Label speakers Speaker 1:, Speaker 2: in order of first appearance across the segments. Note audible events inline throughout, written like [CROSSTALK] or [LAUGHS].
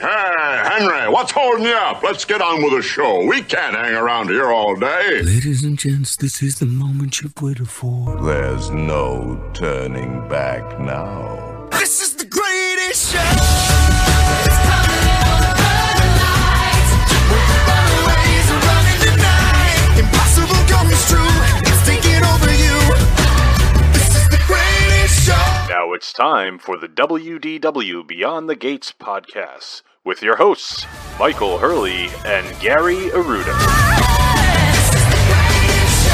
Speaker 1: Hey, Henry, what's holding you up? Let's get on with the show. We can't hang around here all day.
Speaker 2: Ladies and gents, this is the moment you've waited for.
Speaker 3: There's no turning back now.
Speaker 4: This is the greatest show. It's time to let all the burning lights. We're the runaways, we're running tonight. Impossible comes true. It's taking over you. This is the greatest show.
Speaker 5: Now it's time for the WDW Beyond the Gates podcast with your hosts, Michael Hurley and Gary Aruda.
Speaker 4: This is the greatest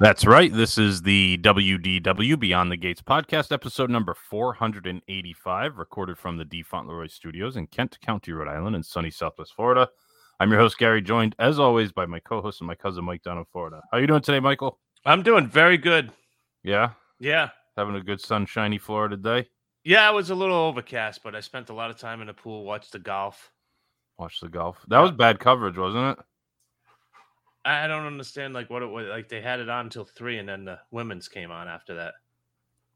Speaker 6: That's right. This is the WDW Beyond the Gates podcast, episode number 485, recorded from the D. Fauntleroy Studios in Kent County, Rhode Island, in sunny Southwest Florida. I'm your host, Gary, joined as always by my co host and my cousin, Mike, down in Florida. How you doing today, Michael?
Speaker 7: I'm doing very good.
Speaker 6: Yeah.
Speaker 7: Yeah.
Speaker 6: Having a good sunshiny Florida day.
Speaker 7: Yeah, it was a little overcast, but I spent a lot of time in the pool, watched the golf.
Speaker 6: Watch the golf. That was bad coverage, wasn't it?
Speaker 7: I I don't understand like what it was like they had it on until three and then the women's came on after that.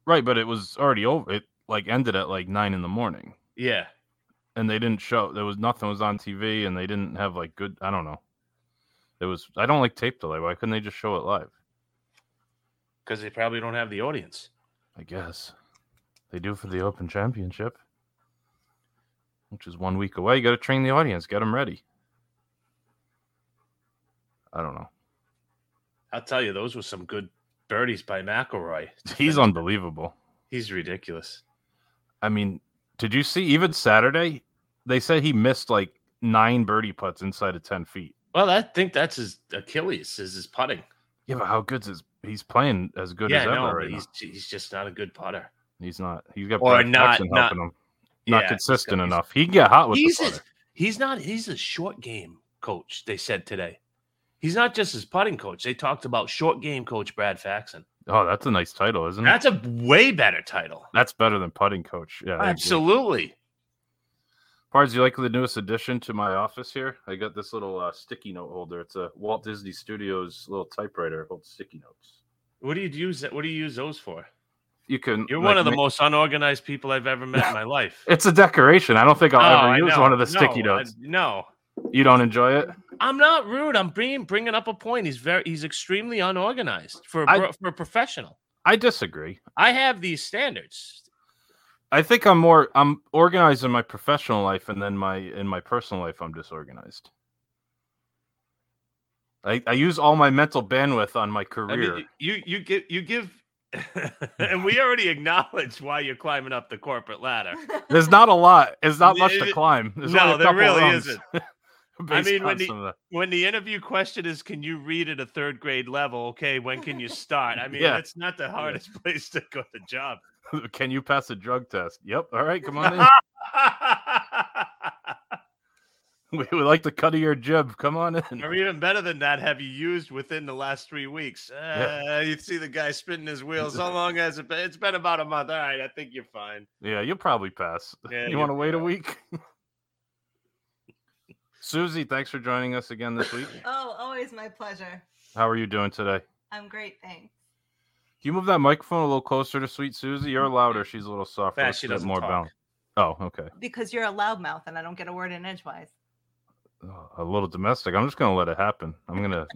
Speaker 6: Right. But it was already over. It like ended at like nine in the morning.
Speaker 7: Yeah.
Speaker 6: and they didn't show there was nothing was on TV and they didn't have like good I don't know. It was I don't like tape delay. Why couldn't they just show it live?
Speaker 7: Because they probably don't have the audience.
Speaker 6: I guess they do for the Open Championship, which is one week away. You got to train the audience, get them ready. I don't know.
Speaker 7: I'll tell you, those were some good birdies by McElroy.
Speaker 6: He's unbelievable.
Speaker 7: He's ridiculous.
Speaker 6: I mean, did you see even Saturday? They said he missed like nine birdie putts inside of ten feet.
Speaker 7: Well, I think that's his Achilles is his putting.
Speaker 6: Yeah, but how good's his? He's playing as good
Speaker 7: yeah,
Speaker 6: as
Speaker 7: I
Speaker 6: ever.
Speaker 7: know,
Speaker 6: right
Speaker 7: but
Speaker 6: now.
Speaker 7: he's he's just not a good putter.
Speaker 6: He's not. He's got
Speaker 7: Or
Speaker 6: Brad
Speaker 7: not-
Speaker 6: Jackson
Speaker 7: not-
Speaker 6: helping him. Not
Speaker 7: Yeah, he's
Speaker 6: consistent
Speaker 7: got- he's-
Speaker 6: enough. He can get hot with
Speaker 7: he's
Speaker 6: the
Speaker 7: a,
Speaker 6: putter.
Speaker 7: he's not he's a short game coach they said today he's not just his putting coach they talked about short game coach brad faxon
Speaker 6: Oh, that's a nice title, isn't it? That's,
Speaker 7: that's a way better title
Speaker 6: better than putting coach. Yeah, I agree.
Speaker 7: absolutely
Speaker 6: Pards, you like the newest addition to my office here? I got this little uh, sticky note holder. It's a Walt Disney Studios little typewriter. It holds sticky notes.
Speaker 7: what do you use that what do you use those for
Speaker 6: You can.
Speaker 7: you're
Speaker 6: like,
Speaker 7: one of the
Speaker 6: make-
Speaker 7: most unorganized people i've ever met in my life
Speaker 6: It's a decoration. I [LAUGHS] don't think I'll
Speaker 7: Oh,
Speaker 6: ever
Speaker 7: I
Speaker 6: use
Speaker 7: know.
Speaker 6: one of the
Speaker 7: No,
Speaker 6: sticky
Speaker 7: I-
Speaker 6: notes.
Speaker 7: no
Speaker 6: You don't enjoy it?
Speaker 7: i'm not rude i'm bringing bringing up a point he's very he's extremely unorganized for a,
Speaker 6: I-
Speaker 7: bro- for a professional
Speaker 6: I disagree.
Speaker 7: i have these standards
Speaker 6: I think I'm more. I'm organized in my professional life, and then my in my personal life, I'm disorganized. I, I use all my mental bandwidth on my
Speaker 7: I
Speaker 6: career.
Speaker 7: mean, [LAUGHS] you you give
Speaker 6: [LAUGHS]
Speaker 7: you give, [LAUGHS] and we already acknowledged why you're climbing up the corporate ladder.
Speaker 6: There's not a lot. It's not much
Speaker 7: It-
Speaker 6: to climb. There's
Speaker 7: no,
Speaker 6: only a
Speaker 7: there
Speaker 6: couple
Speaker 7: really
Speaker 6: rungs [LAUGHS]
Speaker 7: isn't.
Speaker 6: based
Speaker 7: mean, when
Speaker 6: on
Speaker 7: the-
Speaker 6: some of the-
Speaker 7: When the interview question is, "Can you read at a third grade level?" Okay, when can you start?
Speaker 6: [LAUGHS]
Speaker 7: I mean,
Speaker 6: Yeah.
Speaker 7: that's not the hardest [LAUGHS] place to go to job.
Speaker 6: Can you pass a drug test? Yep. All right. Come on
Speaker 7: [LAUGHS]
Speaker 6: in. [LAUGHS] we would like the cut of your jib. Come on in.
Speaker 7: or even better than that, have you used within the last three weeks? Uh,
Speaker 6: Yeah.
Speaker 7: You see the guy
Speaker 6: [LAUGHS]
Speaker 7: spinning his wheels. How long has it been? It's been about a month. All right, I think you're
Speaker 6: [LAUGHS]
Speaker 7: fine.
Speaker 6: Yeah, you'll probably pass.
Speaker 7: Yeah,
Speaker 6: you
Speaker 7: you'll
Speaker 6: want to wait a week? [LAUGHS] Susie, thanks for joining us again this week.
Speaker 8: Oh, always my pleasure.
Speaker 6: How are you doing today?
Speaker 8: I'm great, thanks.
Speaker 6: Can you move that microphone a little closer to Sweet Susie? You're louder. She's a little softer.
Speaker 7: Nah,
Speaker 6: Let's
Speaker 7: she
Speaker 6: get
Speaker 7: doesn't
Speaker 6: more
Speaker 7: talk.
Speaker 6: balance. Oh, okay.
Speaker 8: Because you're a loudmouth and I don't get a word in edgewise.
Speaker 6: Oh, a little domestic. I'm just gonna let it happen. I'm
Speaker 8: [LAUGHS]
Speaker 6: gonna.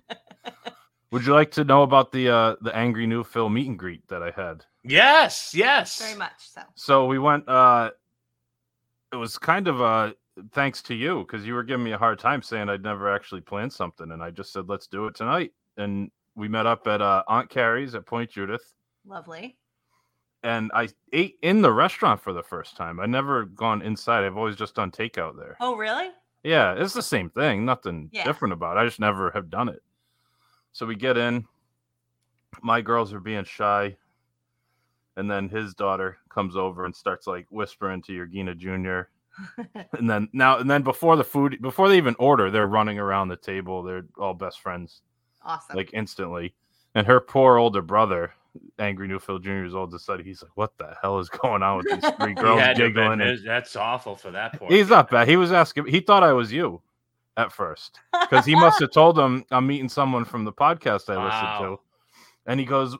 Speaker 6: Would you like to know about the uh, the angry new Phil meet and greet that I had?
Speaker 7: Yes, yes.
Speaker 8: Very much so.
Speaker 6: So we went. Uh, it was kind of uh, thanks to you because you were giving me a hard time saying I'd never actually planned something, and I just said let's do it tonight. And we met up at uh, Aunt Carrie's at Point Judith,
Speaker 8: Lovely.
Speaker 6: and I ate in the restaurant for the first time. I never gone inside. I've always just done takeout there.
Speaker 8: Oh, really?
Speaker 6: Yeah, it's the same thing. Nothing
Speaker 8: Yeah.
Speaker 6: different about it. I just never have done it. So we get in. My girls are being shy. And then his daughter comes over and starts like whispering to your Gina Jr. and then now and then before the food before they even order they're running around the table they're all best friends
Speaker 8: Awesome.
Speaker 6: like instantly and her poor older brother angry newfield jr is all of a sudden he's like what the hell is going on with these three
Speaker 7: He
Speaker 6: girls
Speaker 7: had to have been-
Speaker 6: giggling and
Speaker 7: that's awful for that point.
Speaker 6: he's not bad he was asking he thought i was you at first because he must have told him i'm meeting someone from the podcast i listened
Speaker 7: Wow.
Speaker 6: to and he goes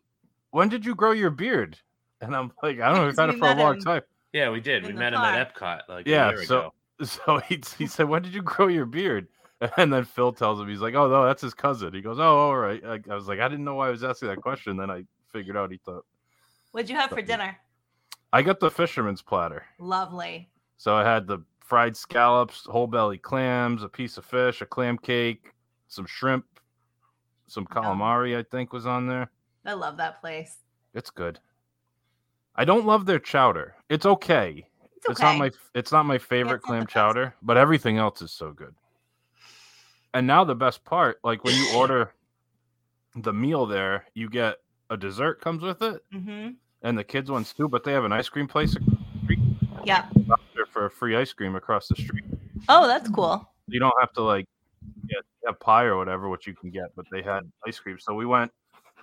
Speaker 6: when did you grow your beard and i'm like i don't know we've
Speaker 8: Because
Speaker 6: had
Speaker 8: we
Speaker 6: it for a
Speaker 8: met
Speaker 6: long
Speaker 8: him.
Speaker 6: time [LAUGHS]
Speaker 7: Yeah, we did.
Speaker 8: In
Speaker 7: We
Speaker 8: the
Speaker 7: met him at Epcot like
Speaker 6: Yeah,
Speaker 7: a year
Speaker 6: so-
Speaker 7: ago.
Speaker 6: So he, he said, When did you grow your beard? [LAUGHS] And then Phil tells him, He's like, Oh, no, that's his cousin. He goes, Oh, all right. I, I was like, I didn't know why I was asking that question. Then I figured out he thought
Speaker 8: [LAUGHS] What'd you have for dinner?
Speaker 6: I got the fisherman's platter.
Speaker 8: Lovely.
Speaker 6: So I had the fried scallops, whole belly clams, a piece of fish, a clam cake, some shrimp, some calamari, I think was on there.
Speaker 8: I love that place.
Speaker 6: It's good. I don't love their chowder. It's okay.
Speaker 8: It's okay.
Speaker 6: It's not my it's not my favorite
Speaker 8: it's not the
Speaker 6: clam
Speaker 8: best.
Speaker 6: chowder, but everything else is so good. And now the best part, like when you order the meal there, you get a dessert comes with it,
Speaker 8: Mm-hmm.
Speaker 6: and the kids ones too. But they have an ice cream place
Speaker 8: Yeah.
Speaker 6: for free ice cream across the street.
Speaker 8: Oh, that's cool.
Speaker 6: You don't have to like get have pie or whatever, which you can get, but they had ice cream. So we went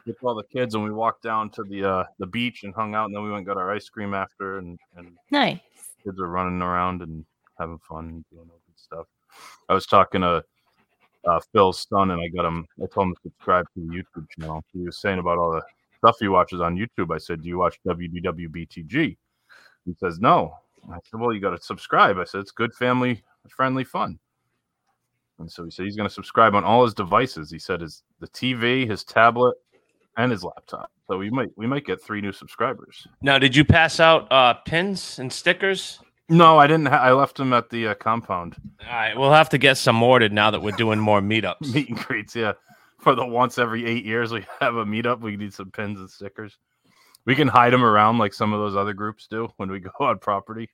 Speaker 6: with all the kids and we walked down to the uh, the beach and hung out, and then we went and got our ice cream after, and, and
Speaker 8: Nice.
Speaker 6: kids are running around and having fun and doing all good stuff. I was talking to uh, Phil's son, and I got him. I told him to subscribe to the YouTube channel. He was saying about all the stuff he watches on YouTube. I said, "Do you watch WDWBTG?" He says, "No." I said, "Well, you got to subscribe." I said, "It's good family friendly fun." And so he said he's going to subscribe on all his devices. He said his the TV, his tablet, and his laptop. So we might we might get three new subscribers.
Speaker 7: Now, did you pass out uh, pins and stickers?
Speaker 6: No, I didn't. Ha- I left him at the uh, compound.
Speaker 7: All right, we'll have to get some ordered now that we're doing
Speaker 6: [LAUGHS]
Speaker 7: more meetups.
Speaker 6: meet and greets. Yeah, for the once every eight years we have a meetup, we need some pins and stickers. We can hide them around like some of those other groups do when we [LAUGHS] go on property.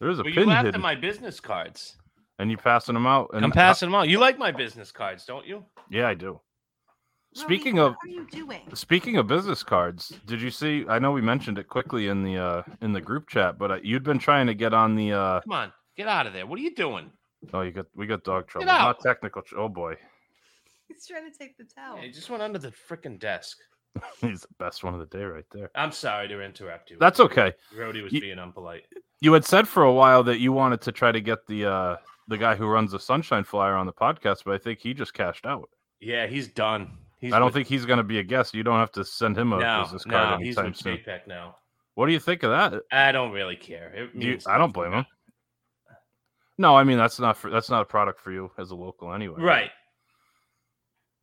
Speaker 6: There's a
Speaker 7: Well, you
Speaker 6: pin
Speaker 7: laughed
Speaker 6: hidden,
Speaker 7: at my business cards.
Speaker 6: and you passing them out. And
Speaker 7: I'm passing them out. You like my business cards, don't you?
Speaker 6: yeah, I do. Speaking of
Speaker 8: what are you doing?
Speaker 6: speaking of business cards, did you see? I know we mentioned it quickly in the uh, in the group chat, but uh, you'd been trying to get on the. Uh,
Speaker 7: Come on, get out of there. What are you doing?
Speaker 6: oh, you got we got dog trouble,
Speaker 7: out.
Speaker 6: not technical. Tr- oh boy, [LAUGHS]
Speaker 8: He's trying to take the towel.
Speaker 7: Yeah, you just went under the freaking desk.
Speaker 6: he's the best one of the day right there.
Speaker 7: I'm sorry to interrupt you.
Speaker 6: That's okay.
Speaker 7: Rody was
Speaker 6: You-
Speaker 7: being unpolite.
Speaker 6: you had said for a while that you wanted to try to get the uh the guy who runs the sunshine flyer on the podcast but i think he just cashed out
Speaker 7: Yeah, he's done. He's
Speaker 6: i don't
Speaker 7: with-
Speaker 6: think he's going to be a guest you don't have to send him a
Speaker 7: no,
Speaker 6: business
Speaker 7: no,
Speaker 6: card
Speaker 7: he's
Speaker 6: anytime
Speaker 7: with
Speaker 6: soon
Speaker 7: JPEG now.
Speaker 6: what do you think of that
Speaker 7: I don't really care. It
Speaker 6: Do you-
Speaker 7: means
Speaker 6: i don't
Speaker 7: nothing.
Speaker 6: blame him no i mean that's not for, that's not a product for you as a local anyway
Speaker 7: Right.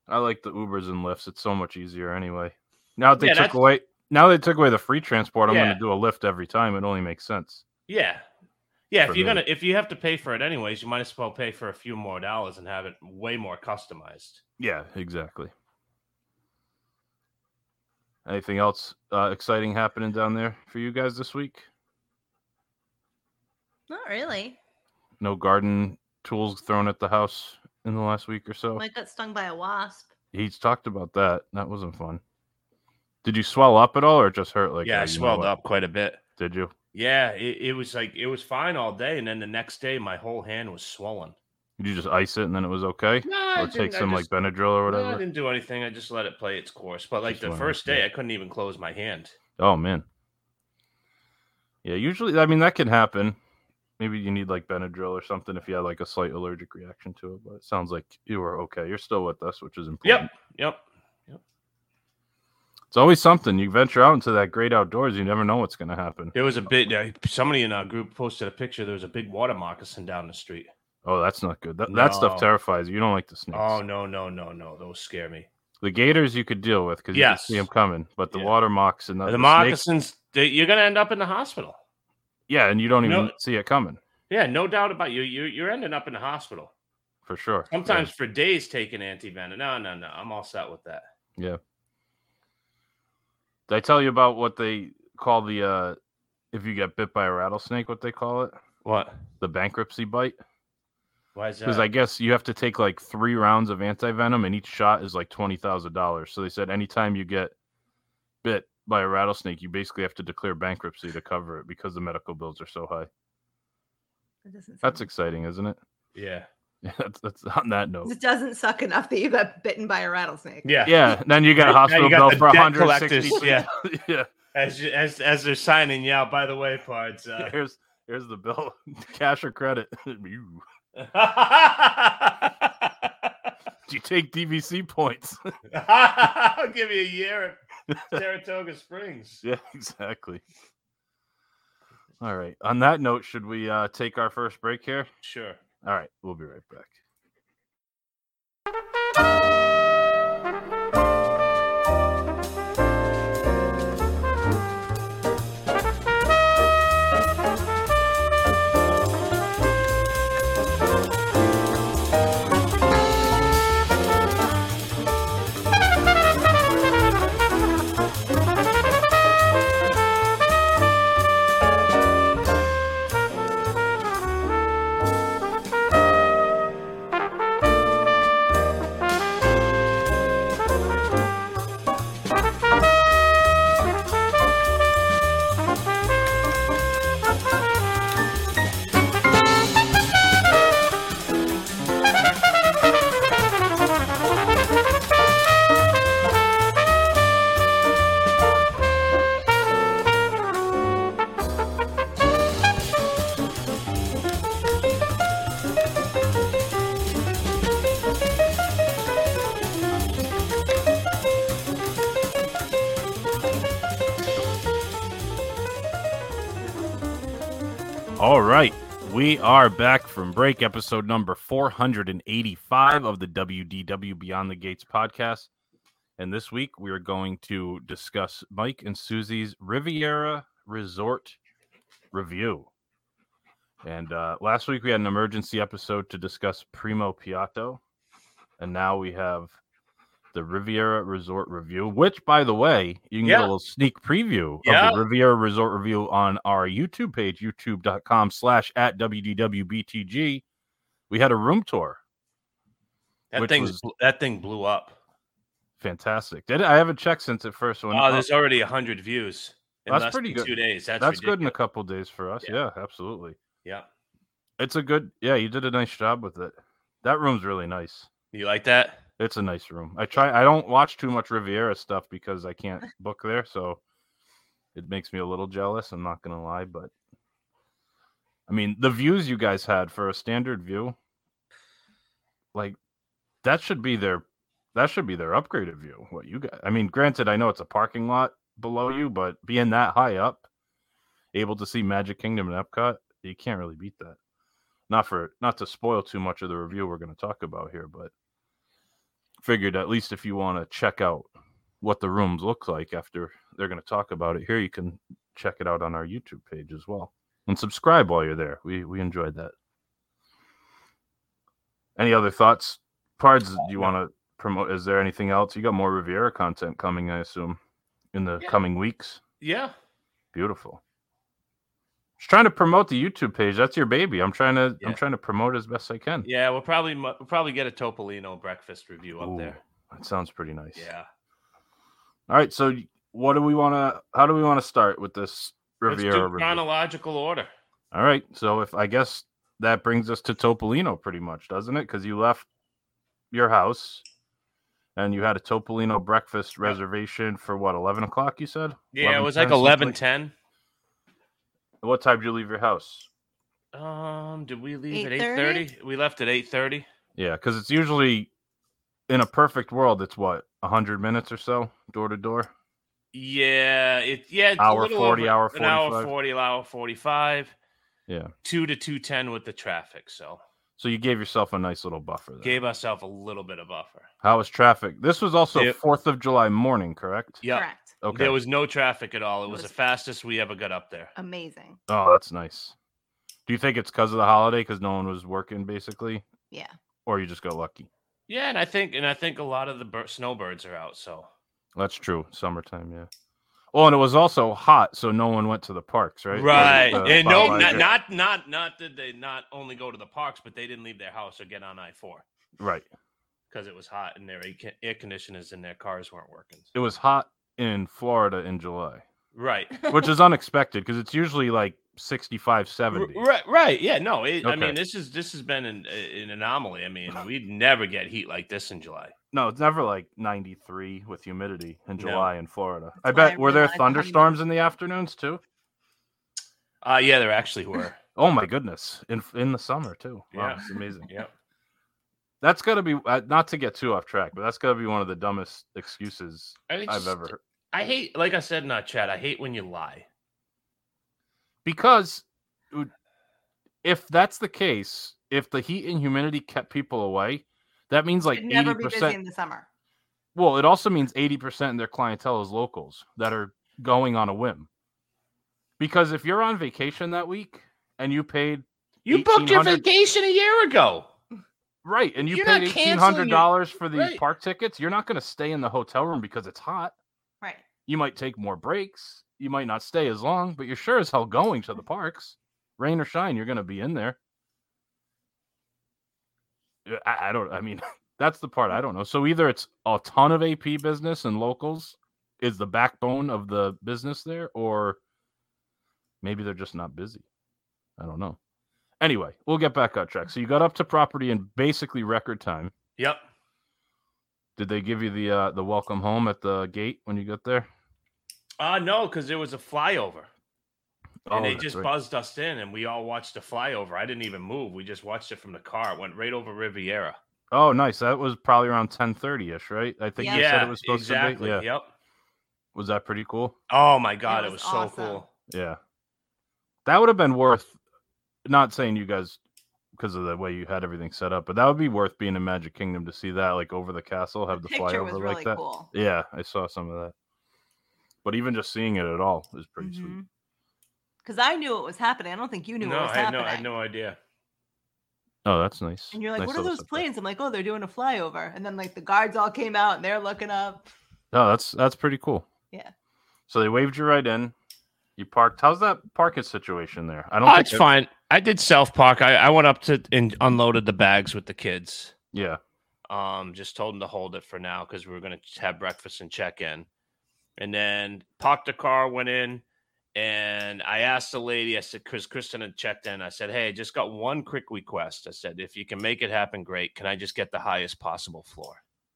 Speaker 6: i like the ubers and lifts it's so much easier anyway now that they
Speaker 7: Yeah,
Speaker 6: took
Speaker 7: that's-
Speaker 6: away now they took away the free transport i'm
Speaker 7: Yeah.
Speaker 6: going to do a lift every time it only makes sense
Speaker 7: Yeah. Yeah,
Speaker 6: For
Speaker 7: if you're
Speaker 6: me.
Speaker 7: gonna if you have to pay for it anyways, you might as well pay for a few more dollars and have it way more customized.
Speaker 6: Yeah, exactly. Anything else uh, exciting happening down there for you guys this week?
Speaker 8: Not really.
Speaker 6: No garden tools thrown at the house in the last week or so.
Speaker 8: Mike got stung by a wasp.
Speaker 6: He's talked about that. That wasn't fun. Did you swell up at all, or it just hurt? Like, "Oh,
Speaker 7: yeah, I
Speaker 6: you know
Speaker 7: swelled
Speaker 6: what?"
Speaker 7: up quite a bit.
Speaker 6: Did you?
Speaker 7: Yeah, it, it was like it was fine all day, and then the next day my whole hand was swollen.
Speaker 6: Did you just ice it and then it was okay?
Speaker 7: No, I
Speaker 6: or take
Speaker 7: didn't- I
Speaker 6: some
Speaker 7: just-
Speaker 6: like Benadryl or
Speaker 7: no, I
Speaker 6: whatever?
Speaker 7: didn't do anything. I just let it play its course. But like
Speaker 6: Just
Speaker 7: the
Speaker 6: went
Speaker 7: first
Speaker 6: okay.
Speaker 7: day, I couldn't even close my hand.
Speaker 6: Oh man. Yeah, usually I mean that can happen. Maybe you need like Benadryl or something if you had like a slight allergic reaction to it. But it sounds like you were okay. You're still with us, which is important.
Speaker 7: Yep, yep.
Speaker 6: It's always something. You venture out into that great outdoors, you never know what's going to happen.
Speaker 7: There was a big. uh, Somebody in our group posted a picture. There was a big water moccasin down the street.
Speaker 6: Oh, that's not good. That, that
Speaker 7: No.
Speaker 6: stuff terrifies you. You don't like the snakes.
Speaker 7: Oh no, no, no, no! Those scare me.
Speaker 6: The gators you could deal with because you can see
Speaker 7: Yes.
Speaker 6: them coming, but the
Speaker 7: Yeah.
Speaker 6: water mocks and Uh, the,
Speaker 7: the,
Speaker 6: the snakes,
Speaker 7: moccasins. They, you're gonna end up in the hospital.
Speaker 6: yeah, and you don't even
Speaker 7: No.
Speaker 6: see it coming
Speaker 7: Yeah, no doubt about you. You you're ending up in the hospital.
Speaker 6: for sure. Yeah.
Speaker 7: Sometimes for days taking antivenom. No, no, no. I'm all set with that.
Speaker 6: Did I tell you about what they call the uh if you get bit by a rattlesnake, what they call it?
Speaker 7: What?
Speaker 6: The bankruptcy bite.
Speaker 7: Why is that?
Speaker 6: Because I guess you have to take like three rounds of anti venom, and each shot is like twenty thousand dollars. So they said anytime you get bit by a rattlesnake, you basically have to declare bankruptcy to cover it because the medical bills are so high.
Speaker 8: It
Speaker 6: That's
Speaker 7: Hmm.
Speaker 8: doesn't. sound-
Speaker 6: exciting, isn't it?
Speaker 7: Yeah.
Speaker 6: Yeah, that's, that's on that note.
Speaker 8: [LAUGHS] It doesn't suck enough that you got bitten by a rattlesnake.
Speaker 7: Yeah.
Speaker 6: Yeah, then you got a
Speaker 7: Now
Speaker 6: hospital
Speaker 7: you got
Speaker 6: bill
Speaker 7: the
Speaker 6: for
Speaker 7: debt
Speaker 6: 160.
Speaker 7: collectors, yeah.
Speaker 6: [LAUGHS] yeah.
Speaker 7: As you, as as they're signing, yeah. By the way, pards.
Speaker 6: [LAUGHS]
Speaker 7: Uh, [LAUGHS]
Speaker 6: Here's here's the bill, [LAUGHS] cash or credit. [LAUGHS] You- Do you take DVC points? [LAUGHS]
Speaker 7: I'll give you a year at Saratoga Springs.
Speaker 6: yeah, exactly. All right. On that note, should we uh, take our first break here?
Speaker 7: Sure.
Speaker 6: All right, we'll be right back. All right. We are back from break, episode number 485 of the WDW Beyond the Gates podcast. And this week we are going to discuss Mike and Susie's Riviera Resort review. And uh, last week we had an emergency episode to discuss Primo Piatto. And now we have the Riviera Resort review, which, by the way, you can get
Speaker 7: Yeah.
Speaker 6: a little sneak preview
Speaker 7: Yeah.
Speaker 6: of the Riviera Resort review on our YouTube page, youtube.com slash at WDWBTG. We had a room tour.
Speaker 7: That
Speaker 6: Which
Speaker 7: thing
Speaker 6: was-
Speaker 7: that thing blew up.
Speaker 6: Fantastic. Did I haven't checked since it first went
Speaker 7: Oh,
Speaker 6: up.
Speaker 7: there's already hundred views. In
Speaker 6: That's
Speaker 7: less
Speaker 6: pretty
Speaker 7: than
Speaker 6: good.
Speaker 7: Two days. That's,
Speaker 6: That's, good in a
Speaker 7: ridiculous.
Speaker 6: couple days for us. Yeah. absolutely.
Speaker 7: Yeah.
Speaker 6: It's a good yeah, you did a nice job with it. That room's really nice.
Speaker 7: You like that?
Speaker 6: It's a nice room. I try I don't watch too much Riviera stuff because I can't book there, so it makes me a little jealous, I'm not gonna lie, but I mean the views you guys had for a standard view, like that should be their that should be their upgraded view. What you got I mean, granted I know it's a parking lot below you, but being that high up, able to see Magic Kingdom and Epcot, you can't really beat that. Not for not to spoil too much of the review we're going to talk about here, but figured at least if you want to check out what the rooms look like after they're going to talk about it here, you can check it out on our YouTube page as well and subscribe while you're there. We we enjoyed that. Any other thoughts, Pards?
Speaker 7: Uh,
Speaker 6: Do you want to promote? Is there anything else? You got more Riviera content coming, I assume, in the
Speaker 7: Yeah.
Speaker 6: coming weeks.
Speaker 7: Yeah.
Speaker 6: Beautiful. Just trying to promote the YouTube page. That's your baby. I'm trying to
Speaker 7: Yeah.
Speaker 6: I'm trying to promote as best I can.
Speaker 7: Yeah. We'll probably mu- we'll probably get a Topolino breakfast review up
Speaker 6: Ooh,
Speaker 7: there.
Speaker 6: That sounds pretty nice.
Speaker 7: Yeah.
Speaker 6: All right. So y- what do we want to how do we want to start with this
Speaker 7: Let's do
Speaker 6: Riviera review?
Speaker 7: chronological order.
Speaker 6: All right. So if I guess that brings us to Topolino pretty much, doesn't it? Because you left your house and you had a Topolino breakfast reservation for what, eleven o'clock you said?
Speaker 7: Yeah, it was like
Speaker 6: 11:10, something
Speaker 7: eleven ten.
Speaker 6: What time did you leave your house?
Speaker 7: Um, did we leave at eight
Speaker 8: 8:30?
Speaker 7: thirty? We left at eight thirty.
Speaker 6: Yeah, because it's usually in a perfect world, it's what hundred minutes or so, door to door.
Speaker 7: Yeah, it yeah, it's a
Speaker 6: Hour
Speaker 7: little
Speaker 6: 40,
Speaker 7: over-
Speaker 6: hour
Speaker 7: an hour
Speaker 6: 45.
Speaker 7: forty, hour forty five.
Speaker 6: Yeah.
Speaker 7: two to two ten with the traffic. So
Speaker 6: So you gave yourself a nice little buffer. There.
Speaker 7: gave ourselves a little bit of buffer.
Speaker 6: How was traffic? This was also
Speaker 7: Yeah.
Speaker 6: Fourth of July morning, correct?
Speaker 7: Yeah,
Speaker 8: Correct.
Speaker 6: Okay.
Speaker 7: there was no traffic at all. It
Speaker 8: It
Speaker 7: was the
Speaker 8: was-
Speaker 7: fastest we ever got up there.
Speaker 8: Amazing.
Speaker 6: oh, that's nice. Do you think it's because of the holiday, because no one was working, basically,
Speaker 8: Yeah.
Speaker 6: or you just got lucky?
Speaker 7: Yeah, and I think and I think a lot of the bir- snowbirds are out. So
Speaker 6: That's true. Summertime, yeah. Oh, and it was also hot, so no one went to the parks, right? Uh, Or
Speaker 7: right,
Speaker 6: the
Speaker 7: and no,
Speaker 6: Bob
Speaker 7: not,
Speaker 6: Iger-
Speaker 7: not not not did they not only go to the parks, but they didn't leave their house or get on I four
Speaker 6: right.
Speaker 7: because it was hot and their air con- air conditioners in their cars weren't working.
Speaker 6: It was hot in Florida in July,
Speaker 7: [LAUGHS] Right.
Speaker 6: which is unexpected because it's usually like 65, 70.
Speaker 7: R- Right, right, yeah, no. It, I
Speaker 6: Okay.
Speaker 7: mean, this is this has been an, a- an anomaly. I mean, we'd never get heat like this in July.
Speaker 6: No, it's never like 93 with humidity in
Speaker 7: No.
Speaker 6: July in Florida. I
Speaker 8: That's why I
Speaker 6: bet, were there
Speaker 8: realized how many
Speaker 6: thunderstorms
Speaker 8: months-
Speaker 6: in the afternoons too?
Speaker 7: Uh yeah,
Speaker 6: [LAUGHS]
Speaker 7: there actually were.
Speaker 6: Oh my goodness. In, in the summer too. Wow,
Speaker 7: Yeah.
Speaker 6: it's amazing.
Speaker 7: Yep.
Speaker 6: That's got to be, uh, not to get too off track, but that's got to be one of the dumbest excuses
Speaker 7: I mean,
Speaker 6: I've
Speaker 7: just-
Speaker 6: ever heard.
Speaker 7: I hate, like I said in our chat, I hate when you lie.
Speaker 6: because it would- if that's the case, if the heat and humidity kept people away, that means like
Speaker 8: Should never
Speaker 6: eighty
Speaker 8: be busy
Speaker 6: percent.
Speaker 8: in the summer.
Speaker 6: Well, it also means eighty percent of their clientele is locals that are going on a whim. Because if you're on vacation that week and you paid
Speaker 7: You booked your
Speaker 6: 1800
Speaker 7: vacation a year ago.
Speaker 6: right, and you
Speaker 7: You're not
Speaker 6: paid eighteen
Speaker 7: canceling
Speaker 6: hundred
Speaker 7: your-
Speaker 6: dollars for the
Speaker 7: right.
Speaker 6: park tickets, you're not going to stay in the hotel room because it's hot.
Speaker 8: Right.
Speaker 6: You might take more breaks. You might not stay as long, but you're sure as hell going
Speaker 7: [LAUGHS]
Speaker 6: to the parks. Rain or shine, you're going to be in there. Yeah, I, I don't, I mean, [LAUGHS] that's the part I don't know. So either it's a ton of AP business and locals is the backbone of the business there, or maybe they're just not busy. I don't know. Anyway, we'll get back on track. So you got up to property in basically record time.
Speaker 7: Yep.
Speaker 6: Did they give you the uh, the welcome home at the gate when you got there?
Speaker 7: Uh no, because there was a flyover.
Speaker 6: Oh,
Speaker 7: And they
Speaker 6: that's
Speaker 7: just
Speaker 6: right.
Speaker 7: buzzed us in and we all watched the flyover. I didn't even move. We just watched it from the car. It went right over Riviera.
Speaker 6: Oh, nice. That was probably around ten thirty ish, right? I think
Speaker 8: Yeah.
Speaker 6: you said it was supposed
Speaker 7: exactly.
Speaker 6: to be. Yeah.
Speaker 7: Yep.
Speaker 6: Was that pretty cool?
Speaker 7: Oh my god, it was,
Speaker 8: was
Speaker 7: so
Speaker 8: awesome.
Speaker 7: cool.
Speaker 6: Yeah. That would have been worth. Not saying you guys, because of the way you had everything set up, but that would be worth being in Magic Kingdom to see that, like over the castle, have the,
Speaker 8: Picture
Speaker 6: flyover
Speaker 8: was really
Speaker 6: like that.
Speaker 8: cool.
Speaker 6: Yeah, I saw some of that. But even just seeing it at all is pretty sweet.
Speaker 8: Because Mm-hmm. I knew what was happening. I don't think you knew
Speaker 7: No,
Speaker 8: what was
Speaker 7: I had no
Speaker 8: happening.
Speaker 7: I had no idea.
Speaker 6: Oh, that's nice.
Speaker 8: And you're like,
Speaker 6: Nice
Speaker 8: what are
Speaker 6: little
Speaker 8: those
Speaker 6: setback.
Speaker 8: planes? I'm like, oh, they're doing a flyover. And then like the guards all came out and they're looking up.
Speaker 6: No, Oh, that's that's pretty cool.
Speaker 8: Yeah.
Speaker 6: So they waved you right in. You parked. How's that parking situation there? I don't.
Speaker 7: Oh,
Speaker 6: think
Speaker 7: it's
Speaker 6: it-
Speaker 7: fine. I did self park. I, I went up to and unloaded the bags with the kids.
Speaker 6: Yeah.
Speaker 7: Um, just told them to hold it for now because we were gonna ch- have breakfast and check in. And then parked the car, went in, and I asked the lady. I said, because Kristen had checked in. I said, hey, I just got one quick request. I said, if you can make it happen, great. Can I just get the highest possible floor?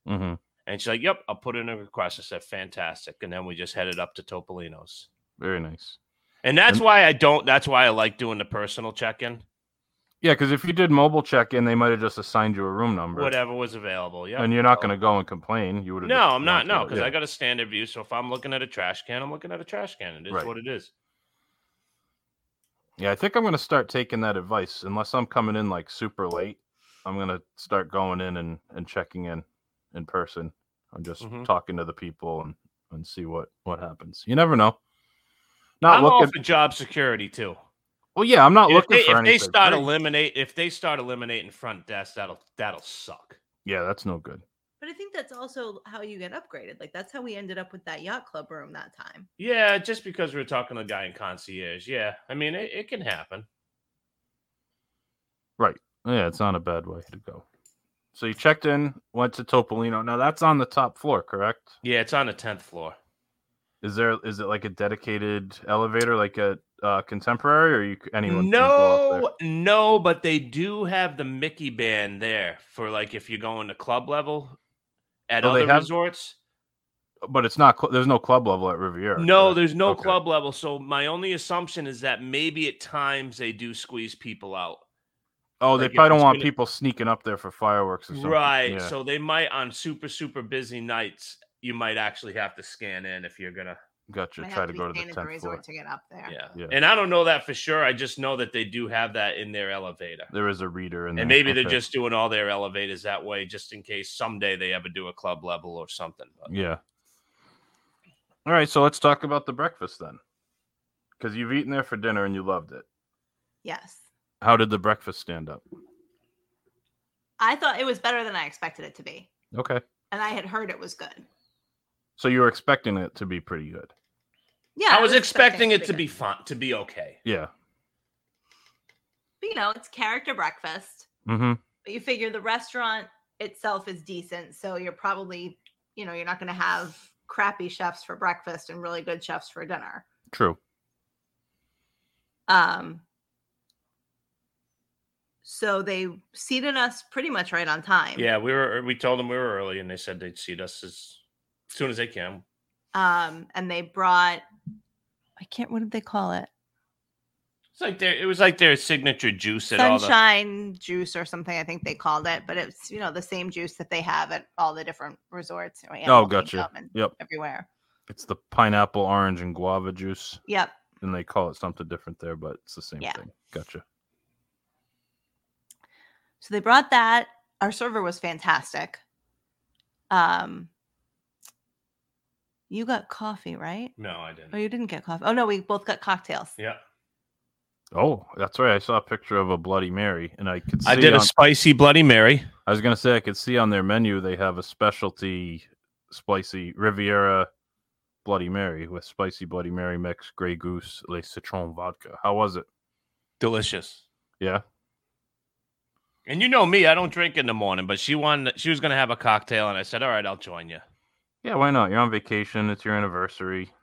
Speaker 6: Mm-hmm.
Speaker 7: And she's like, yep, I'll put in a request. I said, fantastic. And then we just headed up to Topolino's.
Speaker 6: Very nice.
Speaker 7: And that's
Speaker 6: And-
Speaker 7: why I don't. That's why I like doing the personal check in.
Speaker 6: Yeah, because if you did mobile check in, they might have just assigned you a room number.
Speaker 7: Whatever was available. Yeah.
Speaker 6: And you're not going to go and complain. You would have.
Speaker 7: No, I'm not. No, because I got a standard view. So if I'm looking at a trash can, I'm looking at a trash can. It is
Speaker 6: Right.
Speaker 7: what it is.
Speaker 6: Yeah, I think I'm going to start taking that advice. Unless I'm coming in like super late, I'm going to start going in and and checking in in person. I'm just
Speaker 7: Mhm.
Speaker 6: talking to the people and and see what what happens. You never know. Not
Speaker 7: I'm all
Speaker 6: looking.
Speaker 7: for job security too.
Speaker 6: Well, yeah, I'm not
Speaker 7: If
Speaker 6: looking
Speaker 7: they,
Speaker 6: for
Speaker 7: if they
Speaker 6: anything.
Speaker 7: start
Speaker 6: Pretty-
Speaker 7: eliminate, if they start eliminating front desk, that'll that'll suck.
Speaker 6: yeah, that's no good.
Speaker 8: But I think that's also how you get upgraded. Like that's how we ended up with that yacht club room that time.
Speaker 7: Yeah, just because we are talking to the guy in concierge. Yeah, I mean it, it can happen.
Speaker 6: Yeah, it's not a bad way to go. So you checked in, went to Topolino. Now that's on the top floor, correct?
Speaker 7: Yeah, it's on the tenth floor.
Speaker 6: Is there is it like a dedicated elevator, like a uh, contemporary, or you c- anyone? can go up
Speaker 7: No, no, but they do have the Mickey band there for like if you're going to club level at
Speaker 6: Oh, they
Speaker 7: other
Speaker 6: have-
Speaker 7: resorts.
Speaker 6: there? but it's not. Cl- there's no club level at Riviera.
Speaker 7: No,
Speaker 6: correct?
Speaker 7: there's no
Speaker 6: Okay.
Speaker 7: club level. So my only assumption is that maybe at times they do squeeze people out.
Speaker 6: Oh, they
Speaker 7: like, if
Speaker 6: probably don't
Speaker 7: it's
Speaker 6: want
Speaker 7: gonna-
Speaker 6: people sneaking up there for fireworks or something.
Speaker 7: Right.
Speaker 6: Yeah.
Speaker 7: So they might on super super busy nights you might actually have to scan in if you're going to
Speaker 6: gotcha.
Speaker 8: Might have
Speaker 6: Try to
Speaker 8: be
Speaker 6: go to the
Speaker 8: staying at
Speaker 6: tenth floor.
Speaker 8: resort to get up there.
Speaker 7: yeah.
Speaker 6: Yeah.
Speaker 7: And I don't know that for sure. I just know that they do have that in their elevator.
Speaker 6: There is a reader, in there.
Speaker 7: And maybe they're
Speaker 6: Mm, okay.
Speaker 7: just doing all their elevators that way just in case someday they ever do a club level or something. But
Speaker 6: Yeah. All right, so let's talk about the breakfast then, because you've eaten there for dinner and you loved it.
Speaker 8: Yes.
Speaker 6: How did the breakfast stand up?
Speaker 8: I thought it was better than I expected it to be.
Speaker 6: Okay.
Speaker 8: And I had heard it was good.
Speaker 6: So you were expecting it to be pretty good.
Speaker 8: Yeah.
Speaker 7: I was expecting it to
Speaker 8: good.
Speaker 7: be fun, to be okay.
Speaker 6: Yeah.
Speaker 8: But, you know, it's character breakfast.
Speaker 6: Mm-hmm.
Speaker 8: But you figure the restaurant itself is decent. So you're probably, you know, you're not going to have crappy chefs for breakfast and really good chefs for dinner.
Speaker 6: True.
Speaker 8: Um, so they seated us pretty much right on time.
Speaker 7: Yeah, we were. We told them we were early, and they said they'd seat us as soon as they can.
Speaker 8: Um, and they brought I can't what did they call it?
Speaker 7: It's like their. It was like their signature juice at all the.
Speaker 8: Sunshine juice or something, I think they called it, but it's you know the same juice that they have at all the different resorts.
Speaker 7: Oh,
Speaker 8: you know, Animal
Speaker 6: gotcha.
Speaker 8: Kingdom and
Speaker 6: Yep.
Speaker 8: Everywhere.
Speaker 6: It's the pineapple, orange, and guava juice,
Speaker 8: Yep.
Speaker 6: and they call it something different there, but it's the same
Speaker 8: Yeah.
Speaker 6: thing. Gotcha.
Speaker 8: So they brought that. Our server was fantastic. Um, you got coffee, right?
Speaker 7: No, I
Speaker 8: Oh,
Speaker 7: didn't.
Speaker 8: you didn't get coffee. Oh no, we both got cocktails.
Speaker 7: Yeah,
Speaker 6: Oh, that's right. I saw a picture of a Bloody Mary, and I could. See
Speaker 7: I did a
Speaker 6: on-
Speaker 7: spicy Bloody Mary.
Speaker 6: I was gonna say I could see on their menu they have a specialty spicy Riviera Bloody Mary with spicy Bloody Mary mix, Grey Goose, Le Citron vodka. How was it?
Speaker 7: Delicious.
Speaker 6: Yeah.
Speaker 7: And you know me, I don't drink in the morning, but she wanted. She was gonna have a cocktail, and I said, "All right, I'll join you."
Speaker 6: Yeah, why not? You're on vacation. It's your anniversary.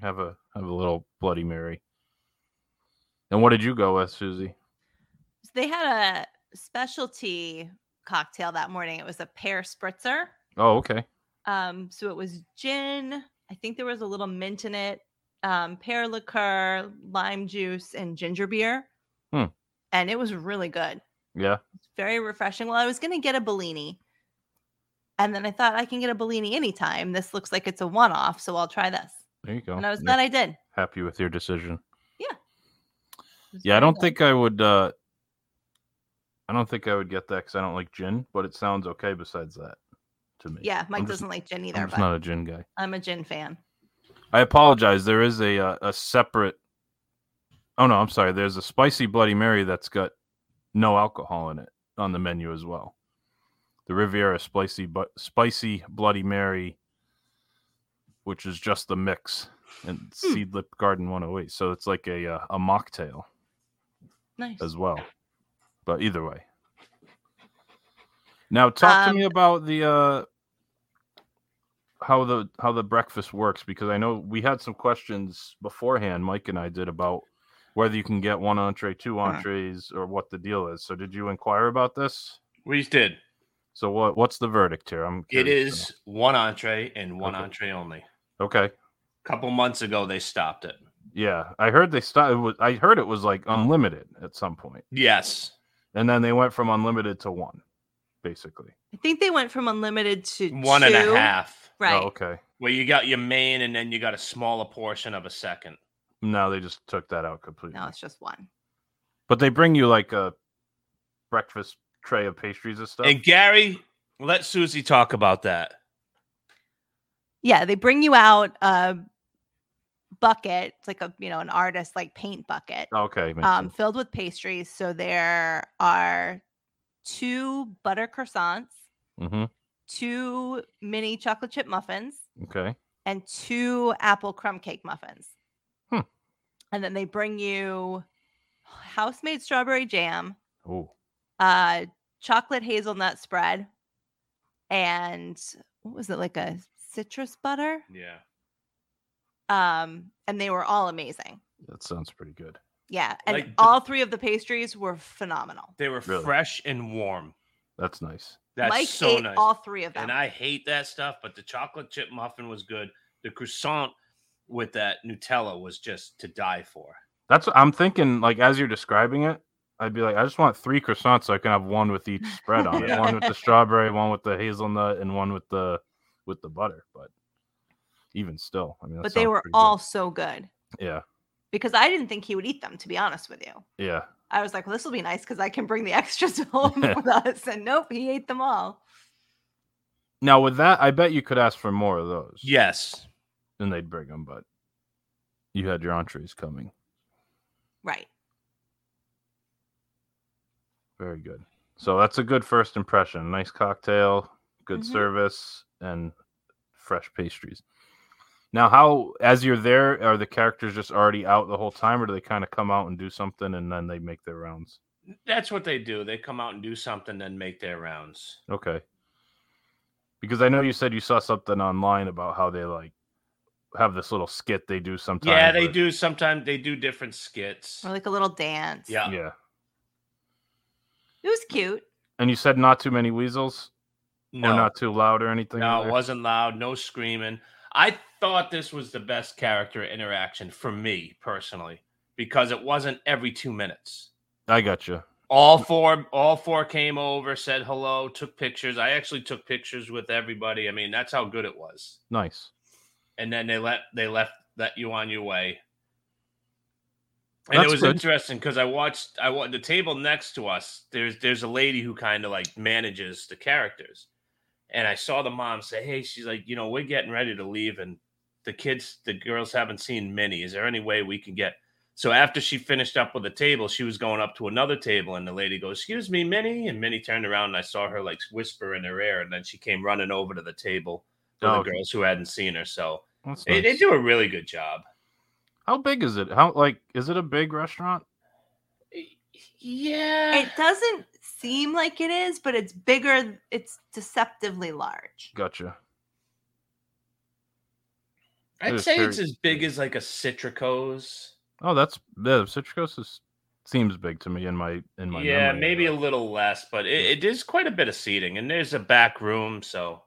Speaker 6: Have a have a little Bloody Mary. And what did you go with, Susie?
Speaker 8: So they had a specialty cocktail that morning. It was a pear spritzer.
Speaker 6: Oh, okay.
Speaker 8: Um, so it was gin. I think there was a little mint in it, um, pear liqueur, lime juice, and ginger beer.
Speaker 6: Hmm.
Speaker 8: And it was really good.
Speaker 6: Yeah.
Speaker 8: It's very refreshing. Well, I was going to get a Bellini. And then I thought I can get a Bellini anytime. This looks like it's a one off. So I'll try this.
Speaker 6: There you go.
Speaker 8: and I was
Speaker 6: Nick,
Speaker 8: glad I did. It
Speaker 6: happy with your decision.
Speaker 8: was
Speaker 6: Yeah, I
Speaker 8: very
Speaker 6: don't
Speaker 8: good.
Speaker 6: think I would uh I don't think I would get that because I don't like gin, but it sounds okay besides that to me.
Speaker 8: Yeah, Mike
Speaker 6: I'm just-
Speaker 8: doesn't like gin either,
Speaker 6: I'm
Speaker 8: but
Speaker 6: just not a gin guy.
Speaker 8: I'm a gin fan.
Speaker 6: I apologize. There is a uh, a separate. Oh no, I'm sorry. There's a spicy Bloody Mary that's got no alcohol in it on the menu as well. The Riviera spicy but spicy Bloody Mary, which is just the mix and
Speaker 8: Hmm.
Speaker 6: Seed Lip Garden 108. So it's like a uh, a mocktail
Speaker 8: Nice.
Speaker 6: as well. But either way. Now talk to me about the uh how the how the breakfast works because I know we had some questions beforehand Mike and I did about whether you can get one entree, two entrees or what the deal is. So did you inquire about this?
Speaker 7: We did.
Speaker 6: So what what's the verdict here? I'm
Speaker 7: It
Speaker 6: curious to
Speaker 7: is one entree and one
Speaker 6: Okay.
Speaker 7: entree only.
Speaker 6: know. Okay.
Speaker 7: A couple months ago, they stopped it.
Speaker 6: Yeah, I heard they stopped. It was, I heard it was like unlimited at some point,
Speaker 7: Yes,
Speaker 6: and then they went from unlimited to one, basically.
Speaker 8: I think they went from unlimited to
Speaker 7: one and
Speaker 8: two.
Speaker 7: a half.
Speaker 6: Oh,
Speaker 8: Right.
Speaker 6: okay.
Speaker 7: Well, you got your main, and then you got a smaller portion of a second.
Speaker 6: No, they just took that out completely.
Speaker 8: No, it's just one.
Speaker 6: But they bring you like a breakfast tray of pastries and stuff.
Speaker 7: And Gary, let Susie talk about that.
Speaker 8: yeah they bring you out a bucket it's like a you know an artist like paint bucket
Speaker 6: okay, makes
Speaker 8: um
Speaker 6: sense.
Speaker 8: filled with pastries so there are two butter croissants
Speaker 6: Mhm,
Speaker 8: two mini chocolate chip muffins
Speaker 6: Okay,
Speaker 8: and two apple crumb cake muffins
Speaker 6: Hmm.
Speaker 8: and then they bring you house made strawberry jam
Speaker 6: oh,
Speaker 8: uh chocolate hazelnut spread and what was it like a citrus butter
Speaker 7: Yeah.
Speaker 8: um, and they were all amazing.
Speaker 6: that sounds pretty good.
Speaker 8: Yeah, and
Speaker 7: Like the-
Speaker 8: all three of the pastries were phenomenal.
Speaker 7: They were
Speaker 6: Really?
Speaker 7: fresh and warm.
Speaker 6: That's nice.
Speaker 7: That's
Speaker 8: Mike
Speaker 7: so
Speaker 8: ate
Speaker 7: nice.
Speaker 8: all three of them.
Speaker 7: and I hate that stuff, but the chocolate chip muffin was good. The croissant with that Nutella was just to die for.
Speaker 6: That's what I'm thinking. Like as you're describing it, I'd be like, I just want three croissants so I can have one with each spread on it.
Speaker 7: Yeah.
Speaker 6: One with the strawberry, one with the hazelnut, and one with the with the butter. But even still, I mean, that
Speaker 8: but they
Speaker 6: sounds
Speaker 8: were
Speaker 6: pretty good.
Speaker 8: all so good
Speaker 6: yeah,
Speaker 8: because I didn't think he would eat them. To be honest with you,
Speaker 6: yeah.
Speaker 8: I was like, "Well, this will be nice because I can bring the [LAUGHS] extras home with us." And nope, he ate them all.
Speaker 6: Now with that, I bet you could ask for more of those.
Speaker 7: Yes.
Speaker 6: and they'd bring them, but you had your entrees coming.
Speaker 8: Right?
Speaker 6: Very good. So that's a good first impression. Nice cocktail, good
Speaker 8: Mhm.
Speaker 7: Mm-hmm.
Speaker 6: service, and fresh pastries. Now, how as you're there, are the characters just already out the whole time, or do they kind of come out and do something and then they make their rounds?
Speaker 7: That's what they do. They come out and do something, then make their rounds.
Speaker 6: Okay. Because I know you said you saw something online about how they like have this little skit they do sometimes.
Speaker 7: yeah, they
Speaker 6: where-
Speaker 7: do sometimes they do different skits.
Speaker 8: or like a little dance.
Speaker 7: Yeah.
Speaker 6: Yeah.
Speaker 8: It was cute.
Speaker 6: And you said not too many weasels
Speaker 7: No,
Speaker 6: or not too loud or anything.
Speaker 7: no,
Speaker 6: either?
Speaker 7: it wasn't loud, no screaming. I thought this was the best character interaction for me personally because it wasn't every two minutes.
Speaker 6: I got you.
Speaker 7: All four, all four came over, said hello, took pictures. I actually took pictures with everybody. I mean, that's how good it was.
Speaker 6: Nice.
Speaker 7: And then they let they left let you on your way. And
Speaker 6: That's
Speaker 7: it was
Speaker 6: good.
Speaker 7: interesting because I watched I wa- the table next to us. There's there's a lady who kind of like manages the characters, and I saw the mom say, "Hey, she's like, you know, we're getting ready to leave, and the kids, the girls haven't seen Minnie. Is there any way we can get?" So after she finished up with the table, she was going up to another table, and the lady goes, "Excuse me, Minnie," and Minnie turned around, and I saw her like whisper in her ear, and then she came running over to the table with
Speaker 6: Oh,
Speaker 7: the girls who hadn't seen her. So
Speaker 6: That's
Speaker 7: they, they
Speaker 6: nice.
Speaker 7: do a really good job.
Speaker 6: How big is it? How like is it a big restaurant?
Speaker 7: Yeah.
Speaker 8: It doesn't seem like it is, but it's bigger. It's deceptively large.
Speaker 6: Gotcha. It
Speaker 7: I'd
Speaker 6: was
Speaker 7: say
Speaker 6: very-
Speaker 7: it's as big as like a Citrico's.
Speaker 6: Oh, that's the Citricos is, seems big to me in my in my
Speaker 7: Yeah,
Speaker 6: memory,
Speaker 7: maybe a
Speaker 6: but-
Speaker 7: little less, but it, it is quite a bit of seating, and there's a back room, so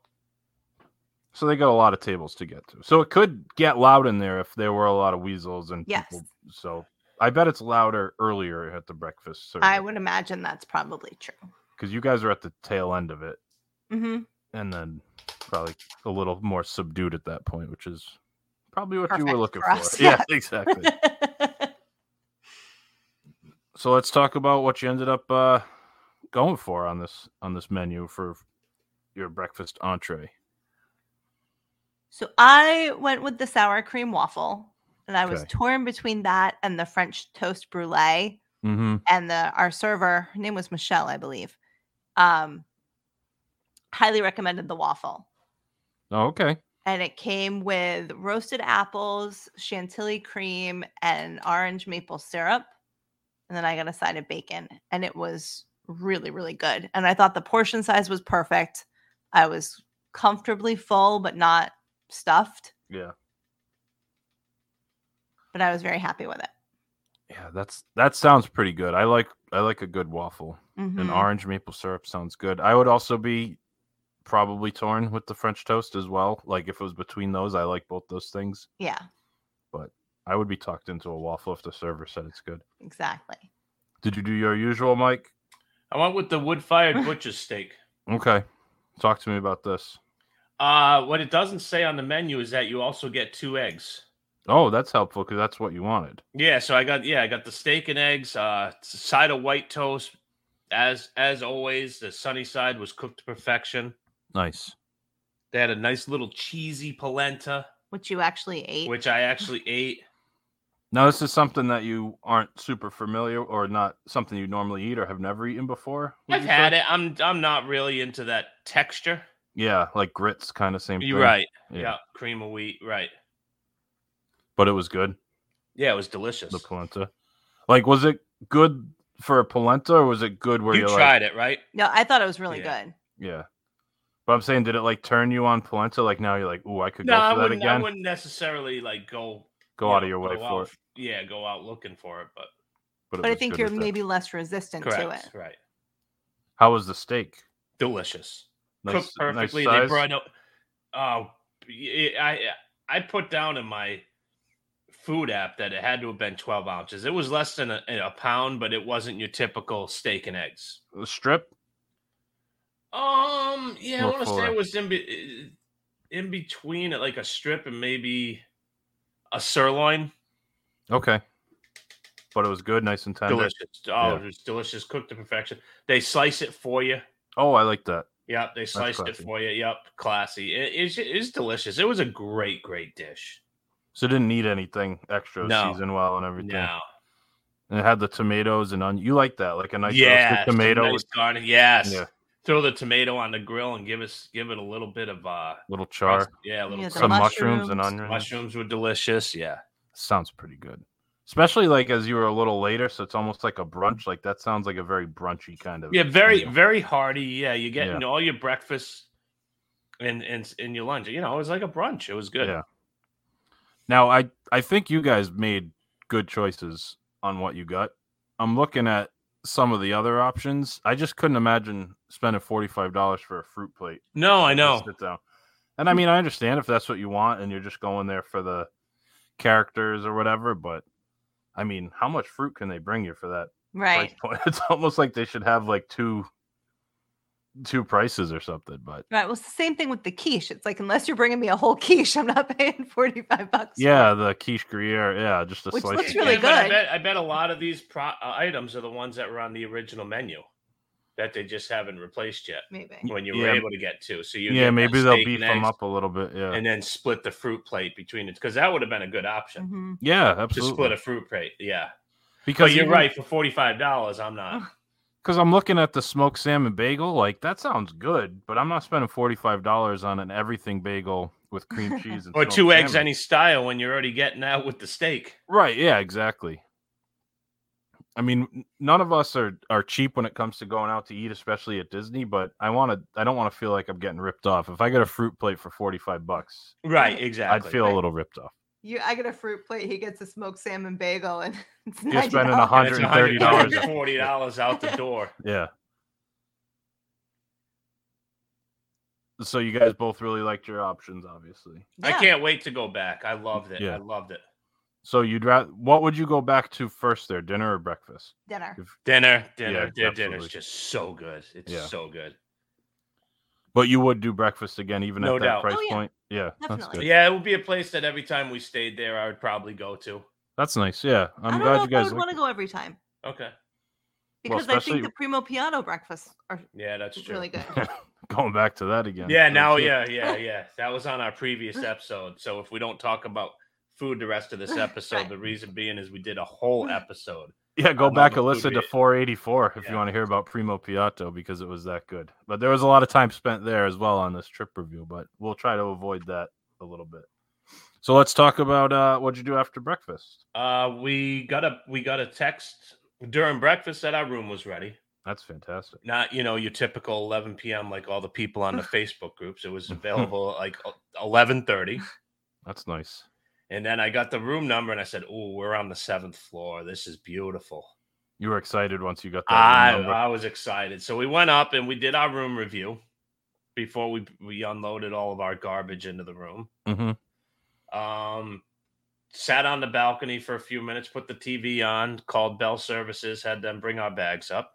Speaker 6: so they got a lot of tables to get to. So it could get loud in there if there were a lot of weasels and
Speaker 8: Yes.
Speaker 6: people. So I bet it's louder earlier at the breakfast
Speaker 8: I would imagine that's probably true.
Speaker 6: because you guys are at the tail end of it,
Speaker 8: hmm
Speaker 6: and then probably a little more subdued at that point, which is probably what you
Speaker 8: Perfect
Speaker 6: were looking
Speaker 8: for
Speaker 6: for. [LAUGHS]
Speaker 8: us,
Speaker 6: Yeah, exactly.
Speaker 8: I
Speaker 6: so let's talk about what you ended up uh, going for on this on this menu for your breakfast entree.
Speaker 8: [LAUGHS] So I went with the sour cream waffle, and I was
Speaker 6: Okay.
Speaker 8: torn between that and the French toast brulee.
Speaker 6: Mm-hmm.
Speaker 8: And the our server, her name was Michelle, I believe. Um, highly recommended the waffle,
Speaker 6: Oh, okay.
Speaker 8: and it came with roasted apples, chantilly cream, and orange maple syrup. And then I got a side of bacon, and it was really, really good. And I thought the portion size was perfect. I was comfortably full, but not stuffed.
Speaker 6: Yeah.
Speaker 8: but I was very happy with it.
Speaker 6: Yeah, that's that sounds pretty good. I like I like a good waffle. An
Speaker 8: Mhm.
Speaker 6: orange maple syrup sounds good. I would also be probably torn with the French toast as well. Like if it was between those, I like both those things.
Speaker 8: yeah,
Speaker 6: I would be tucked into a waffle if the server said it's good.
Speaker 8: exactly.
Speaker 6: Did you do your usual, Mike?
Speaker 7: I went with the wood [LAUGHS] fired butcher's steak.
Speaker 6: Okay. Talk to me about this.
Speaker 7: Uh, what it doesn't say on the menu is that you also get two eggs.
Speaker 6: Oh, that's helpful because that's what you wanted.
Speaker 7: Yeah, so I got yeah, I got the steak and eggs, uh s- side of white toast. As as always, the sunny side was cooked to perfection.
Speaker 6: Nice.
Speaker 7: They had a nice little cheesy polenta,
Speaker 8: Which you actually ate.
Speaker 7: which I actually ate.
Speaker 6: Now this is something that you aren't super familiar or not something you normally eat or have never eaten before. would
Speaker 7: I've
Speaker 6: you
Speaker 7: had
Speaker 6: say?
Speaker 7: it. I'm I'm not really into that texture.
Speaker 6: Yeah, like grits kind of same
Speaker 7: You're
Speaker 6: thing.
Speaker 7: right.
Speaker 6: Yeah.
Speaker 7: yeah, cream of wheat. Right.
Speaker 6: But it was good.
Speaker 7: Yeah, it was delicious.
Speaker 6: the polenta. Like, was it good for a polenta, or was it good where
Speaker 7: you
Speaker 6: are like,
Speaker 7: tried it, right?
Speaker 8: no, I thought it was really
Speaker 7: Yeah.
Speaker 8: good.
Speaker 6: yeah? But I'm saying, did it like turn you on polenta? Like now you're like, ooh, I could
Speaker 7: No, I
Speaker 6: go for that
Speaker 7: wouldn't. I
Speaker 6: again.
Speaker 7: wouldn't necessarily like go
Speaker 6: Go
Speaker 7: you
Speaker 6: out
Speaker 7: know,
Speaker 6: of your way
Speaker 7: go
Speaker 6: for
Speaker 7: out-
Speaker 6: it.
Speaker 7: Yeah, go out looking for it, but
Speaker 6: it
Speaker 8: But I
Speaker 6: was
Speaker 8: think
Speaker 6: good
Speaker 8: you're
Speaker 6: with it.
Speaker 8: maybe less resistant to
Speaker 7: correct,
Speaker 8: it.
Speaker 7: right?
Speaker 6: How was the steak?
Speaker 7: Delicious. cooked
Speaker 6: nice
Speaker 7: perfectly. they
Speaker 6: size?
Speaker 7: brought out. Oh, y- I I put down in my food app that it had to have been twelve ounces. It was less than a, a pound, but it wasn't your typical steak and eggs.
Speaker 6: A strip.
Speaker 7: Um, yeah,
Speaker 6: More
Speaker 7: I want to say
Speaker 6: fuller.
Speaker 7: it was in be- uh, in between, like a strip and maybe a sirloin.
Speaker 6: Okay, but it was good, nice and tender.
Speaker 7: Delicious. Oh,
Speaker 6: Yeah.
Speaker 7: it was delicious, cooked to perfection. They slice it for you.
Speaker 6: Oh, I like that.
Speaker 7: Yep, they sliced it
Speaker 6: classy.
Speaker 7: for you. Yep, classy. It, it's, it's delicious. It was a great, great dish.
Speaker 6: So it didn't need anything extra
Speaker 7: No.
Speaker 6: seasoned well and everything.
Speaker 7: Now,
Speaker 6: And it had the tomatoes and on. You like that, like a nice
Speaker 7: yeah,
Speaker 6: roasted tomato.
Speaker 7: nice garnish. Yes,
Speaker 6: Yeah,
Speaker 7: throw the tomato on the grill and give us give it a little bit of uh,
Speaker 6: little char,
Speaker 7: crust- yeah, a little
Speaker 8: Yeah, the
Speaker 6: some
Speaker 7: crust.
Speaker 6: mushrooms, and
Speaker 8: mushrooms,
Speaker 6: onions.
Speaker 7: mushrooms were delicious. Yeah,
Speaker 6: sounds pretty good especially like as you were a little later so it's almost like a brunch like that sounds like a very brunchy kind of
Speaker 7: yeah, very
Speaker 6: meal.
Speaker 7: very hearty. Yeah, you're getting
Speaker 6: Yeah.
Speaker 7: all your breakfast and and and you lunch. You know, it was like a brunch. It was good.
Speaker 6: Yeah. Now I I think you guys made good choices on what you got. I'm looking at some of the other options. I just couldn't imagine spending forty five dollars for a fruit plate.
Speaker 7: No, I
Speaker 6: to
Speaker 7: know.
Speaker 6: Sit down. And I mean, I understand if that's what you want, and you're just going there for the characters or whatever. But I mean, how much fruit can they bring you for that price
Speaker 8: Right.
Speaker 6: point? [LAUGHS] It's almost like they should have like two two prices or something. But
Speaker 8: Right. Well, it's the same thing with the quiche. It's like unless you're bringing me a whole [LAUGHS] quiche, I'm not paying 45 bucks. for
Speaker 6: yeah, the quiche Gruyere, yeah, just a
Speaker 8: Which
Speaker 6: slice.
Speaker 8: looks
Speaker 6: of-
Speaker 8: really
Speaker 7: Yeah, but I
Speaker 8: good.
Speaker 7: bet, I bet a lot of these pro- uh, items are the ones that were on the original menu that they just haven't replaced yet.
Speaker 8: it, Maybe.
Speaker 7: When you
Speaker 6: Yeah.
Speaker 7: were able to get to, so you
Speaker 6: yeah, maybe they'll beef
Speaker 7: beat
Speaker 6: them up a little bit. Yeah,
Speaker 7: and then split the fruit plate between it because that would have been a good option
Speaker 8: Mhm.
Speaker 6: yeah,
Speaker 7: to
Speaker 6: absolutely.
Speaker 7: split a fruit plate.
Speaker 6: [LAUGHS]
Speaker 7: Yeah,
Speaker 6: because
Speaker 7: but you're
Speaker 6: even-
Speaker 7: right for forty five dollars. I'm not.
Speaker 6: [LAUGHS] Because I'm looking at the smoked salmon bagel, like that sounds good, but I'm not spending forty five dollars on an everything bagel with
Speaker 7: [LAUGHS]
Speaker 6: cream cheese and
Speaker 7: Or
Speaker 6: smoked
Speaker 7: two eggs
Speaker 6: salmon.
Speaker 7: any style when you're already getting that with the steak.
Speaker 6: Right? Yeah, exactly. I mean, n- none of us are are cheap when it comes to going out to eat, especially at Disney. But I want to. I don't want to feel like I'm getting ripped off. If I get a fruit plate for forty five bucks,
Speaker 7: Right, exactly.
Speaker 6: I'd feel a
Speaker 8: Right.
Speaker 6: little ripped off.
Speaker 8: You, I get a fruit plate. He gets a smoked salmon bagel, and [LAUGHS] it's
Speaker 6: You're spending
Speaker 8: $90.
Speaker 7: And it's
Speaker 6: hundred and thirty dollars. [LAUGHS]
Speaker 7: forty dollars out the door.
Speaker 8: [LAUGHS]
Speaker 6: yeah. So you guys both really liked your options, obviously.
Speaker 7: I
Speaker 8: Yeah.
Speaker 7: can't wait to go back. I loved it.
Speaker 6: Yeah.
Speaker 7: I loved it.
Speaker 6: So you'd rather what would you go back to first there, dinner or breakfast?
Speaker 8: dinner.
Speaker 7: Dinner, dinner,
Speaker 6: Yeah,
Speaker 7: their dinner's
Speaker 6: absolutely.
Speaker 7: just so good. It's
Speaker 6: Yeah.
Speaker 7: so good.
Speaker 6: But you would do breakfast again, even
Speaker 7: No
Speaker 6: at that
Speaker 7: doubt.
Speaker 6: price
Speaker 8: Oh, yeah.
Speaker 6: point. Yeah, that's
Speaker 8: Definitely.
Speaker 6: good.
Speaker 7: Yeah, it would be a place that every time we stayed there, I would probably go to.
Speaker 6: That's nice. Yeah,
Speaker 8: I'm I
Speaker 6: I'm
Speaker 8: do
Speaker 6: glad
Speaker 8: not know
Speaker 6: you
Speaker 8: if I
Speaker 6: guys.
Speaker 8: would want
Speaker 6: Like
Speaker 8: to go every time
Speaker 7: Okay.
Speaker 6: Well,
Speaker 8: because I
Speaker 6: especially-
Speaker 8: think the primo piano breakfasts are
Speaker 7: Yeah, that's true.
Speaker 6: [LAUGHS]
Speaker 8: really good.
Speaker 6: going back to that again.
Speaker 7: Yeah,
Speaker 6: Me
Speaker 7: now,
Speaker 6: too.
Speaker 7: yeah, yeah, yeah. That was on our
Speaker 8: [LAUGHS]
Speaker 7: previous episode. So if we don't talk about food the rest of this episode, the reason being is we did a
Speaker 8: [LAUGHS]
Speaker 7: whole episode.
Speaker 6: yeah. Go
Speaker 7: I'm on
Speaker 6: back
Speaker 7: the
Speaker 6: and
Speaker 7: food
Speaker 6: listen to
Speaker 7: bit.
Speaker 6: 484 if you
Speaker 7: Yeah.
Speaker 6: want to hear about Primo Piatto because it was that good. But there was a lot of time spent there as well on this trip review. But we'll try to avoid that a little bit. So let's talk about uh, what'd you do after breakfast.
Speaker 7: Uh, we got a we got a text during breakfast that our room was ready.
Speaker 6: That's fantastic.
Speaker 7: Not you know your typical 11 p.m. like all the people [LAUGHS] on the Facebook groups. It was [LAUGHS] available like 11:30.
Speaker 6: That's nice.
Speaker 7: And then I got the room number and I said, Oh, we're on the seventh floor. This is beautiful.
Speaker 6: You were excited once you got that.
Speaker 7: I,
Speaker 6: number.
Speaker 7: I was excited. So we went up and we did our room review before we, we unloaded all of our garbage into the room.
Speaker 6: Mhm.
Speaker 7: Um, sat on the balcony for a few minutes, put the TV on, called Bell Services, had them bring our bags up.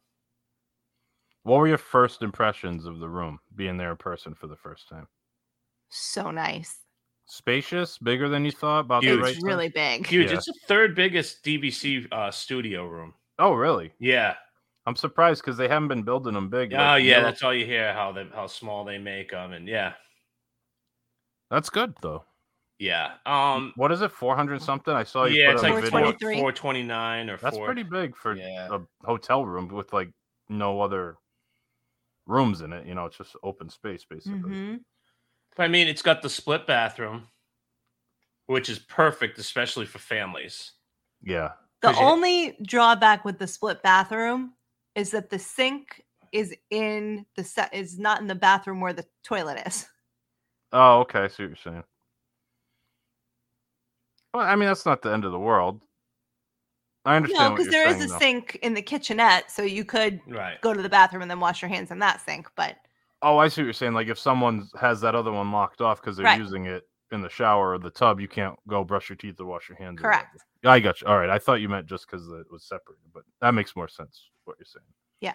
Speaker 6: What were your first impressions of the room being there in person for the first time?
Speaker 8: so nice.
Speaker 6: Spacious, bigger than you thought, about
Speaker 7: Huge.
Speaker 6: the right
Speaker 8: It's
Speaker 6: size?
Speaker 8: really big.
Speaker 7: Huge.
Speaker 6: Yeah.
Speaker 7: It's the third biggest DVC uh, studio room.
Speaker 6: Oh, really?
Speaker 7: Yeah.
Speaker 6: I'm surprised because they haven't been building them big.
Speaker 7: Oh,
Speaker 6: like,
Speaker 7: yeah.
Speaker 6: middle-
Speaker 7: That's all you hear how they, how small they make them. And yeah.
Speaker 6: that's good though.
Speaker 7: Yeah. Um,
Speaker 6: What is it? 400 something? I saw Oh, you. put
Speaker 7: yeah, it's
Speaker 6: up a
Speaker 7: like
Speaker 6: video.
Speaker 8: 423.
Speaker 7: 4, 429 or
Speaker 6: That's
Speaker 7: 4.
Speaker 6: pretty big for
Speaker 7: Yeah.
Speaker 6: a hotel room with like no other rooms in it. You know, it's just open space basically.
Speaker 8: Mhm.
Speaker 7: I mean, it's got the split bathroom, which is perfect, especially for families.
Speaker 6: Yeah,
Speaker 8: The
Speaker 7: 'Cause you-
Speaker 8: only drawback with the split bathroom is that the sink is in the set is not in the bathroom where the toilet is.
Speaker 6: Oh, okay. I see what you're saying. Well, I mean, that's not the end of the world. I understand.
Speaker 8: No,
Speaker 6: what
Speaker 8: because
Speaker 6: you're
Speaker 8: there is
Speaker 6: saying,
Speaker 8: a
Speaker 6: though.
Speaker 8: sink in the kitchenette, so you could
Speaker 7: Right.
Speaker 8: go to the bathroom and then wash your hands in that sink. But
Speaker 6: Oh, I see what you're saying. Like, if someone has that other one locked off because they're
Speaker 8: Right.
Speaker 6: using it in the shower or the tub, you can't go brush your teeth or wash your hands. or
Speaker 8: Correct.
Speaker 6: whatever. I got you. All right. I thought you meant just because it was separated, but that makes more sense what you're saying.
Speaker 8: Yeah.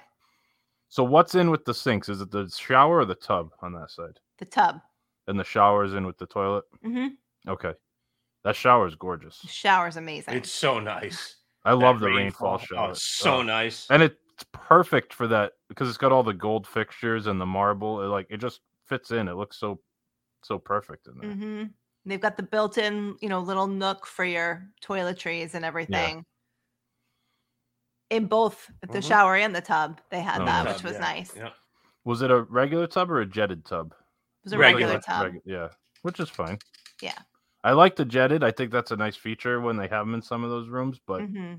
Speaker 6: So, what's in with the sinks? Is it the shower or the tub on that side?
Speaker 8: the tub,
Speaker 6: And the shower is in with the toilet?
Speaker 8: hmm
Speaker 6: Okay. That shower is gorgeous.
Speaker 8: the shower's amazing.
Speaker 7: It's so nice.
Speaker 6: I
Speaker 7: That
Speaker 6: love the rainfall, shower.
Speaker 7: Oh, it's so
Speaker 6: Oh.
Speaker 7: nice.
Speaker 6: and it's perfect for that because it's got all the gold fixtures and the marble. It, like it just fits in. It looks so so perfect in there.
Speaker 8: hmm They've got the built-in, you know, little nook for your toiletries and everything. In both the
Speaker 7: Mhm.
Speaker 8: shower and the tub, they
Speaker 6: Mm-hmm.
Speaker 8: had
Speaker 6: Oh,
Speaker 8: that,
Speaker 6: nice.
Speaker 8: which was
Speaker 7: Yeah,
Speaker 8: nice.
Speaker 7: yeah.
Speaker 6: Was it a regular tub or a jetted tub?
Speaker 8: It was a
Speaker 7: Regular.
Speaker 8: regular,
Speaker 6: Like,
Speaker 8: tub.
Speaker 6: regu- yeah, which is fine.
Speaker 8: Yeah.
Speaker 6: I like the jetted. I think that's a nice feature when they have them in some of those rooms, but
Speaker 8: hmm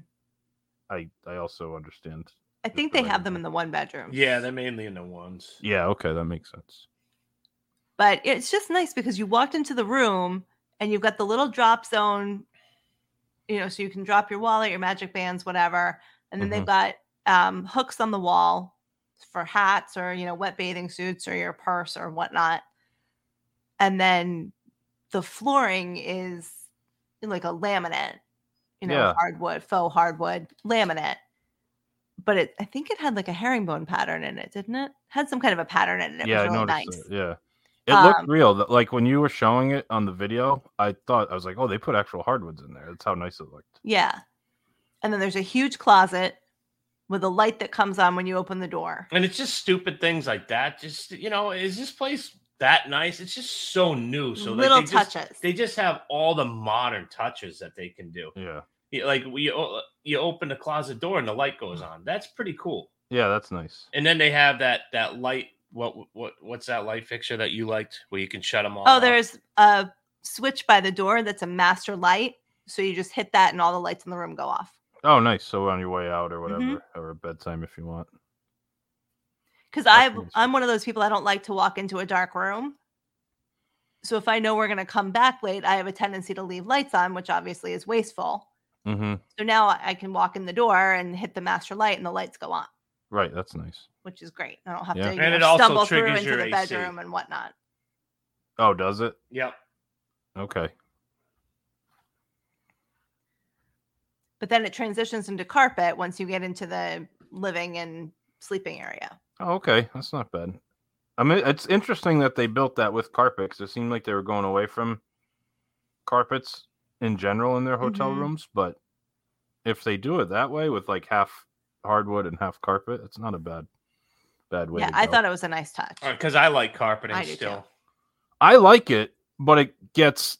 Speaker 6: I I also understand.
Speaker 8: I think
Speaker 6: the
Speaker 8: they have
Speaker 6: regular
Speaker 8: them in the one bedroom.
Speaker 7: Yeah, they're mainly in the ones.
Speaker 6: Yeah, okay, that makes sense.
Speaker 8: But it's just nice because you walked into the room and you've got the little drop zone, you know, so you can drop your wallet, your magic bands, whatever. And then they've
Speaker 6: Mm-hmm.
Speaker 8: got um, hooks on the wall for hats or, you know, wet bathing suits or your purse or whatnot. And then the flooring is like a laminate, you know,
Speaker 6: Yeah.
Speaker 8: hardwood, faux hardwood laminate. But it, I think it had like a herringbone pattern in it, didn't it? Had some kind of a pattern in it. It
Speaker 6: yeah,
Speaker 8: was really
Speaker 6: I noticed.
Speaker 8: nice.
Speaker 6: It. Yeah, it
Speaker 8: Um,
Speaker 6: looked real. th- Like when you were showing it on the video, I thought I was like, "Oh, they put actual hardwoods in there." That's how nice it looked.
Speaker 8: Yeah. And then there's a huge closet with a light that comes on when you open the door.
Speaker 7: And it's just stupid things like that. Just you know, is this place that nice? It's just so new. So like,
Speaker 8: Little
Speaker 7: they just-
Speaker 8: touches.
Speaker 7: they just have all the modern touches that they can do.
Speaker 6: Yeah,
Speaker 7: Yeah, Like we o- you open the closet door and the light goes on. That's pretty cool.
Speaker 6: yeah, that's nice.
Speaker 7: And then they have that that light. What what what's that light fixture that you liked where you can shut them all?
Speaker 8: oh,
Speaker 7: off?
Speaker 8: there's a switch by the door that's a master light. So you just hit that and all the lights in the room go off.
Speaker 6: Oh, nice. So on your way out or whatever,
Speaker 8: Mhm.
Speaker 6: or bedtime if you want.
Speaker 8: Because
Speaker 6: That's
Speaker 8: I
Speaker 6: nice.
Speaker 8: I'm one of those people I don't like to walk into a dark room. So if I know we're gonna come back late, I have a tendency to leave lights on, which obviously is wasteful.
Speaker 6: Mm-hmm.
Speaker 8: So now I- I can walk in the door and hit the master light and the lights go on,
Speaker 6: Right, that's nice.
Speaker 8: which is great. I don't have
Speaker 6: Yeah.
Speaker 8: to you
Speaker 7: And
Speaker 8: know,
Speaker 7: it also
Speaker 8: stumble through
Speaker 7: triggers
Speaker 8: into
Speaker 7: your
Speaker 8: the
Speaker 7: AC.
Speaker 8: bedroom and whatnot.
Speaker 6: Oh, does it?
Speaker 7: yep.
Speaker 6: Okay.
Speaker 8: but then it transitions into carpet once you get into the living and sleeping area.
Speaker 6: Oh, okay. That's not bad. I mean, it's interesting that they built that with carpet because it seemed like they were going away from carpets in general in their hotel
Speaker 8: Mhm.
Speaker 6: rooms. But if they do it that way with like half hardwood and half carpet, it's not a bad bad way.
Speaker 8: yeah,
Speaker 6: to
Speaker 8: I
Speaker 6: go.
Speaker 8: thought it was a nice touch.
Speaker 7: Because I like carpeting
Speaker 8: I do too.
Speaker 7: still.
Speaker 6: I like it, but it gets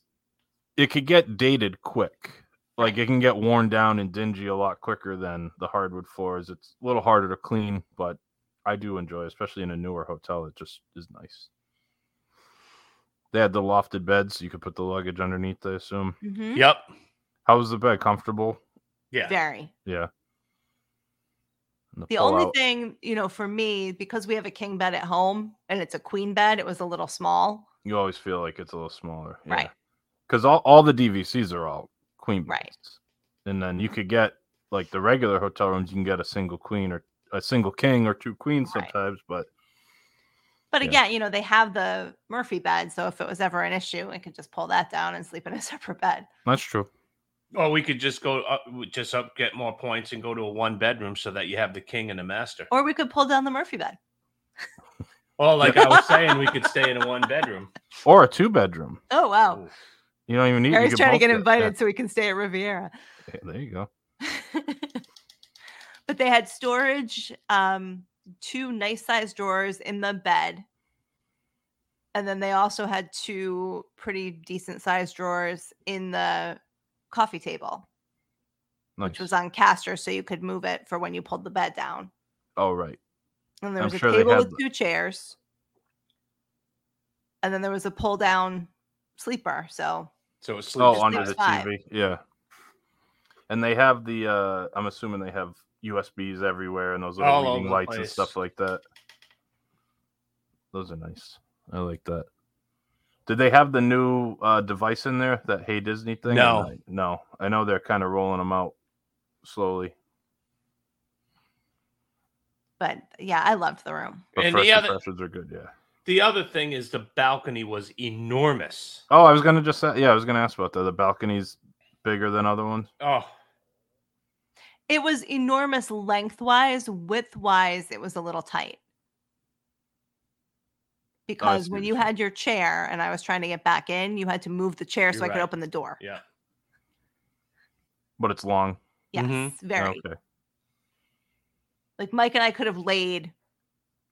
Speaker 6: it could get dated quick. Like it can get worn down and dingy a lot quicker than the hardwood floors. It's a little harder to clean, but I do enjoy, it, especially in a newer hotel. It just is nice. They had the lofted beds. You could put the luggage underneath. I assume.
Speaker 8: Mhm.
Speaker 7: Yep.
Speaker 6: How was the bed? Comfortable.
Speaker 7: Yeah.
Speaker 8: Very.
Speaker 6: Yeah. And
Speaker 8: The only
Speaker 6: pullout-
Speaker 8: thing, you know, for me, because we have a king bed at home and it's a queen bed, it was a little small.
Speaker 6: you always feel like it's a little smaller,
Speaker 8: Right.
Speaker 6: Because all, all the DVCs are all queen,
Speaker 8: Right.
Speaker 6: beds. And then you could get like the regular hotel rooms, you can get a single queen or a single king or two queens
Speaker 8: Right.
Speaker 6: sometimes, but
Speaker 8: But
Speaker 6: Yeah.
Speaker 8: again, you know, they have the Murphy bed. So if it was ever an issue, I could just pull that down and sleep in a [LAUGHS] separate bed.
Speaker 6: that's true.
Speaker 7: Or we could just go up, just up, get more points, and go to a one bedroom so that you have the king and the master.
Speaker 8: Or we could pull down the Murphy bed.
Speaker 7: Well, like I
Speaker 8: [LAUGHS]
Speaker 7: was saying, we could stay in a one bedroom.
Speaker 6: Or a two bedroom.
Speaker 8: Oh, wow.
Speaker 6: You don't even need. you
Speaker 8: Harry's
Speaker 6: could
Speaker 8: trying to
Speaker 6: both
Speaker 8: get
Speaker 6: yeah,
Speaker 8: invited so we can stay at Riviera.
Speaker 6: yeah, there you go.
Speaker 8: [LAUGHS] but they had storage, um, two nice sized drawers in the bed. And then they also had two pretty decent sized drawers in the coffee table,
Speaker 6: Nice.
Speaker 8: which was on caster, so you could move it for when you pulled the bed down.
Speaker 6: oh right.
Speaker 8: And there
Speaker 6: I'm
Speaker 8: was
Speaker 6: sure
Speaker 8: a
Speaker 6: they
Speaker 8: table
Speaker 6: had
Speaker 8: with
Speaker 6: the-
Speaker 8: two chairs. And then there was a pull down sleeper. So
Speaker 7: So it's
Speaker 6: Oh,
Speaker 8: just
Speaker 6: under
Speaker 8: leaves
Speaker 6: the
Speaker 8: five.
Speaker 6: TV. Yeah. And they have the. uh I'm assuming they have USBs everywhere and those little
Speaker 7: All over
Speaker 6: reading
Speaker 7: the
Speaker 6: lights and
Speaker 7: place.
Speaker 6: stuff like that. Those are nice. I like that. Did they have the new uh, device in there? That Hey Disney thing?
Speaker 7: No.
Speaker 6: I- no. I know they're kind of rolling them out slowly.
Speaker 8: but yeah, I loved the room.
Speaker 6: But
Speaker 7: And
Speaker 6: first
Speaker 7: the other-
Speaker 6: impressions are good. Yeah.
Speaker 7: the other thing is the balcony was enormous.
Speaker 6: Oh, I was gonna just say. Yeah, I was gonna ask about that. The balconies bigger than other ones.
Speaker 7: Oh,
Speaker 8: It was enormous lengthwise, widthwise, it was a little tight. Because
Speaker 6: Oh, see
Speaker 8: when
Speaker 6: what
Speaker 8: you
Speaker 6: you're saying.
Speaker 8: had your chair and I was trying to get back in, you had to move the chair so
Speaker 7: You're
Speaker 8: I could
Speaker 7: right.
Speaker 8: open the door.
Speaker 7: yeah.
Speaker 6: But it's long.
Speaker 8: Yes,
Speaker 7: Mhm.
Speaker 8: very.
Speaker 6: mm-hmm. Oh, Okay.
Speaker 8: Like Mike and I could have laid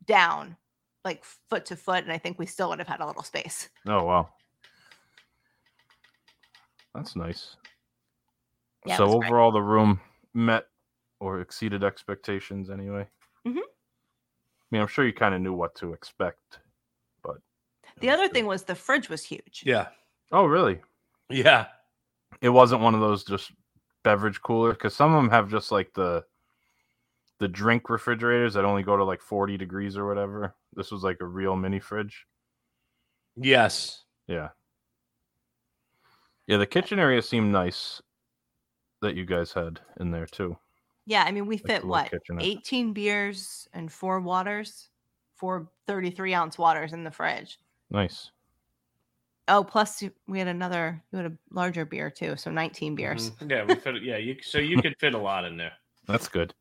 Speaker 8: down like foot to foot, and I think we still would have had a little space.
Speaker 6: Oh wow, that's nice.
Speaker 8: Yeah, it
Speaker 6: so
Speaker 8: was great.
Speaker 6: overall, the room met or exceeded expectations. Anyway,
Speaker 8: Mhm.
Speaker 6: I mean, I'm sure you kind of knew what to expect, but it
Speaker 8: The
Speaker 6: was
Speaker 8: other
Speaker 6: good.
Speaker 8: thing was the fridge was huge.
Speaker 7: Yeah.
Speaker 6: Oh, really?
Speaker 7: Yeah.
Speaker 6: It wasn't one of those just beverage cooler because some of them have just like the the drink refrigerators that only go to like 40 degrees or whatever. This was like a real mini fridge.
Speaker 7: Yes.
Speaker 6: Yeah. Yeah, the kitchen area seemed nice that you guys had in there too.
Speaker 8: Yeah, I mean, we
Speaker 6: the
Speaker 8: fit
Speaker 6: little
Speaker 8: what
Speaker 6: kitchenette.
Speaker 8: 18 beers and four waters, four 33 ounce waters in the fridge.
Speaker 6: Nice.
Speaker 8: Oh, plus you- we had another, you had a larger beer too, so 19 beers.
Speaker 7: Mhm. Yeah, we fit, yeah. You so you could fit a lot in
Speaker 8: [LAUGHS]
Speaker 7: there.
Speaker 6: That's good.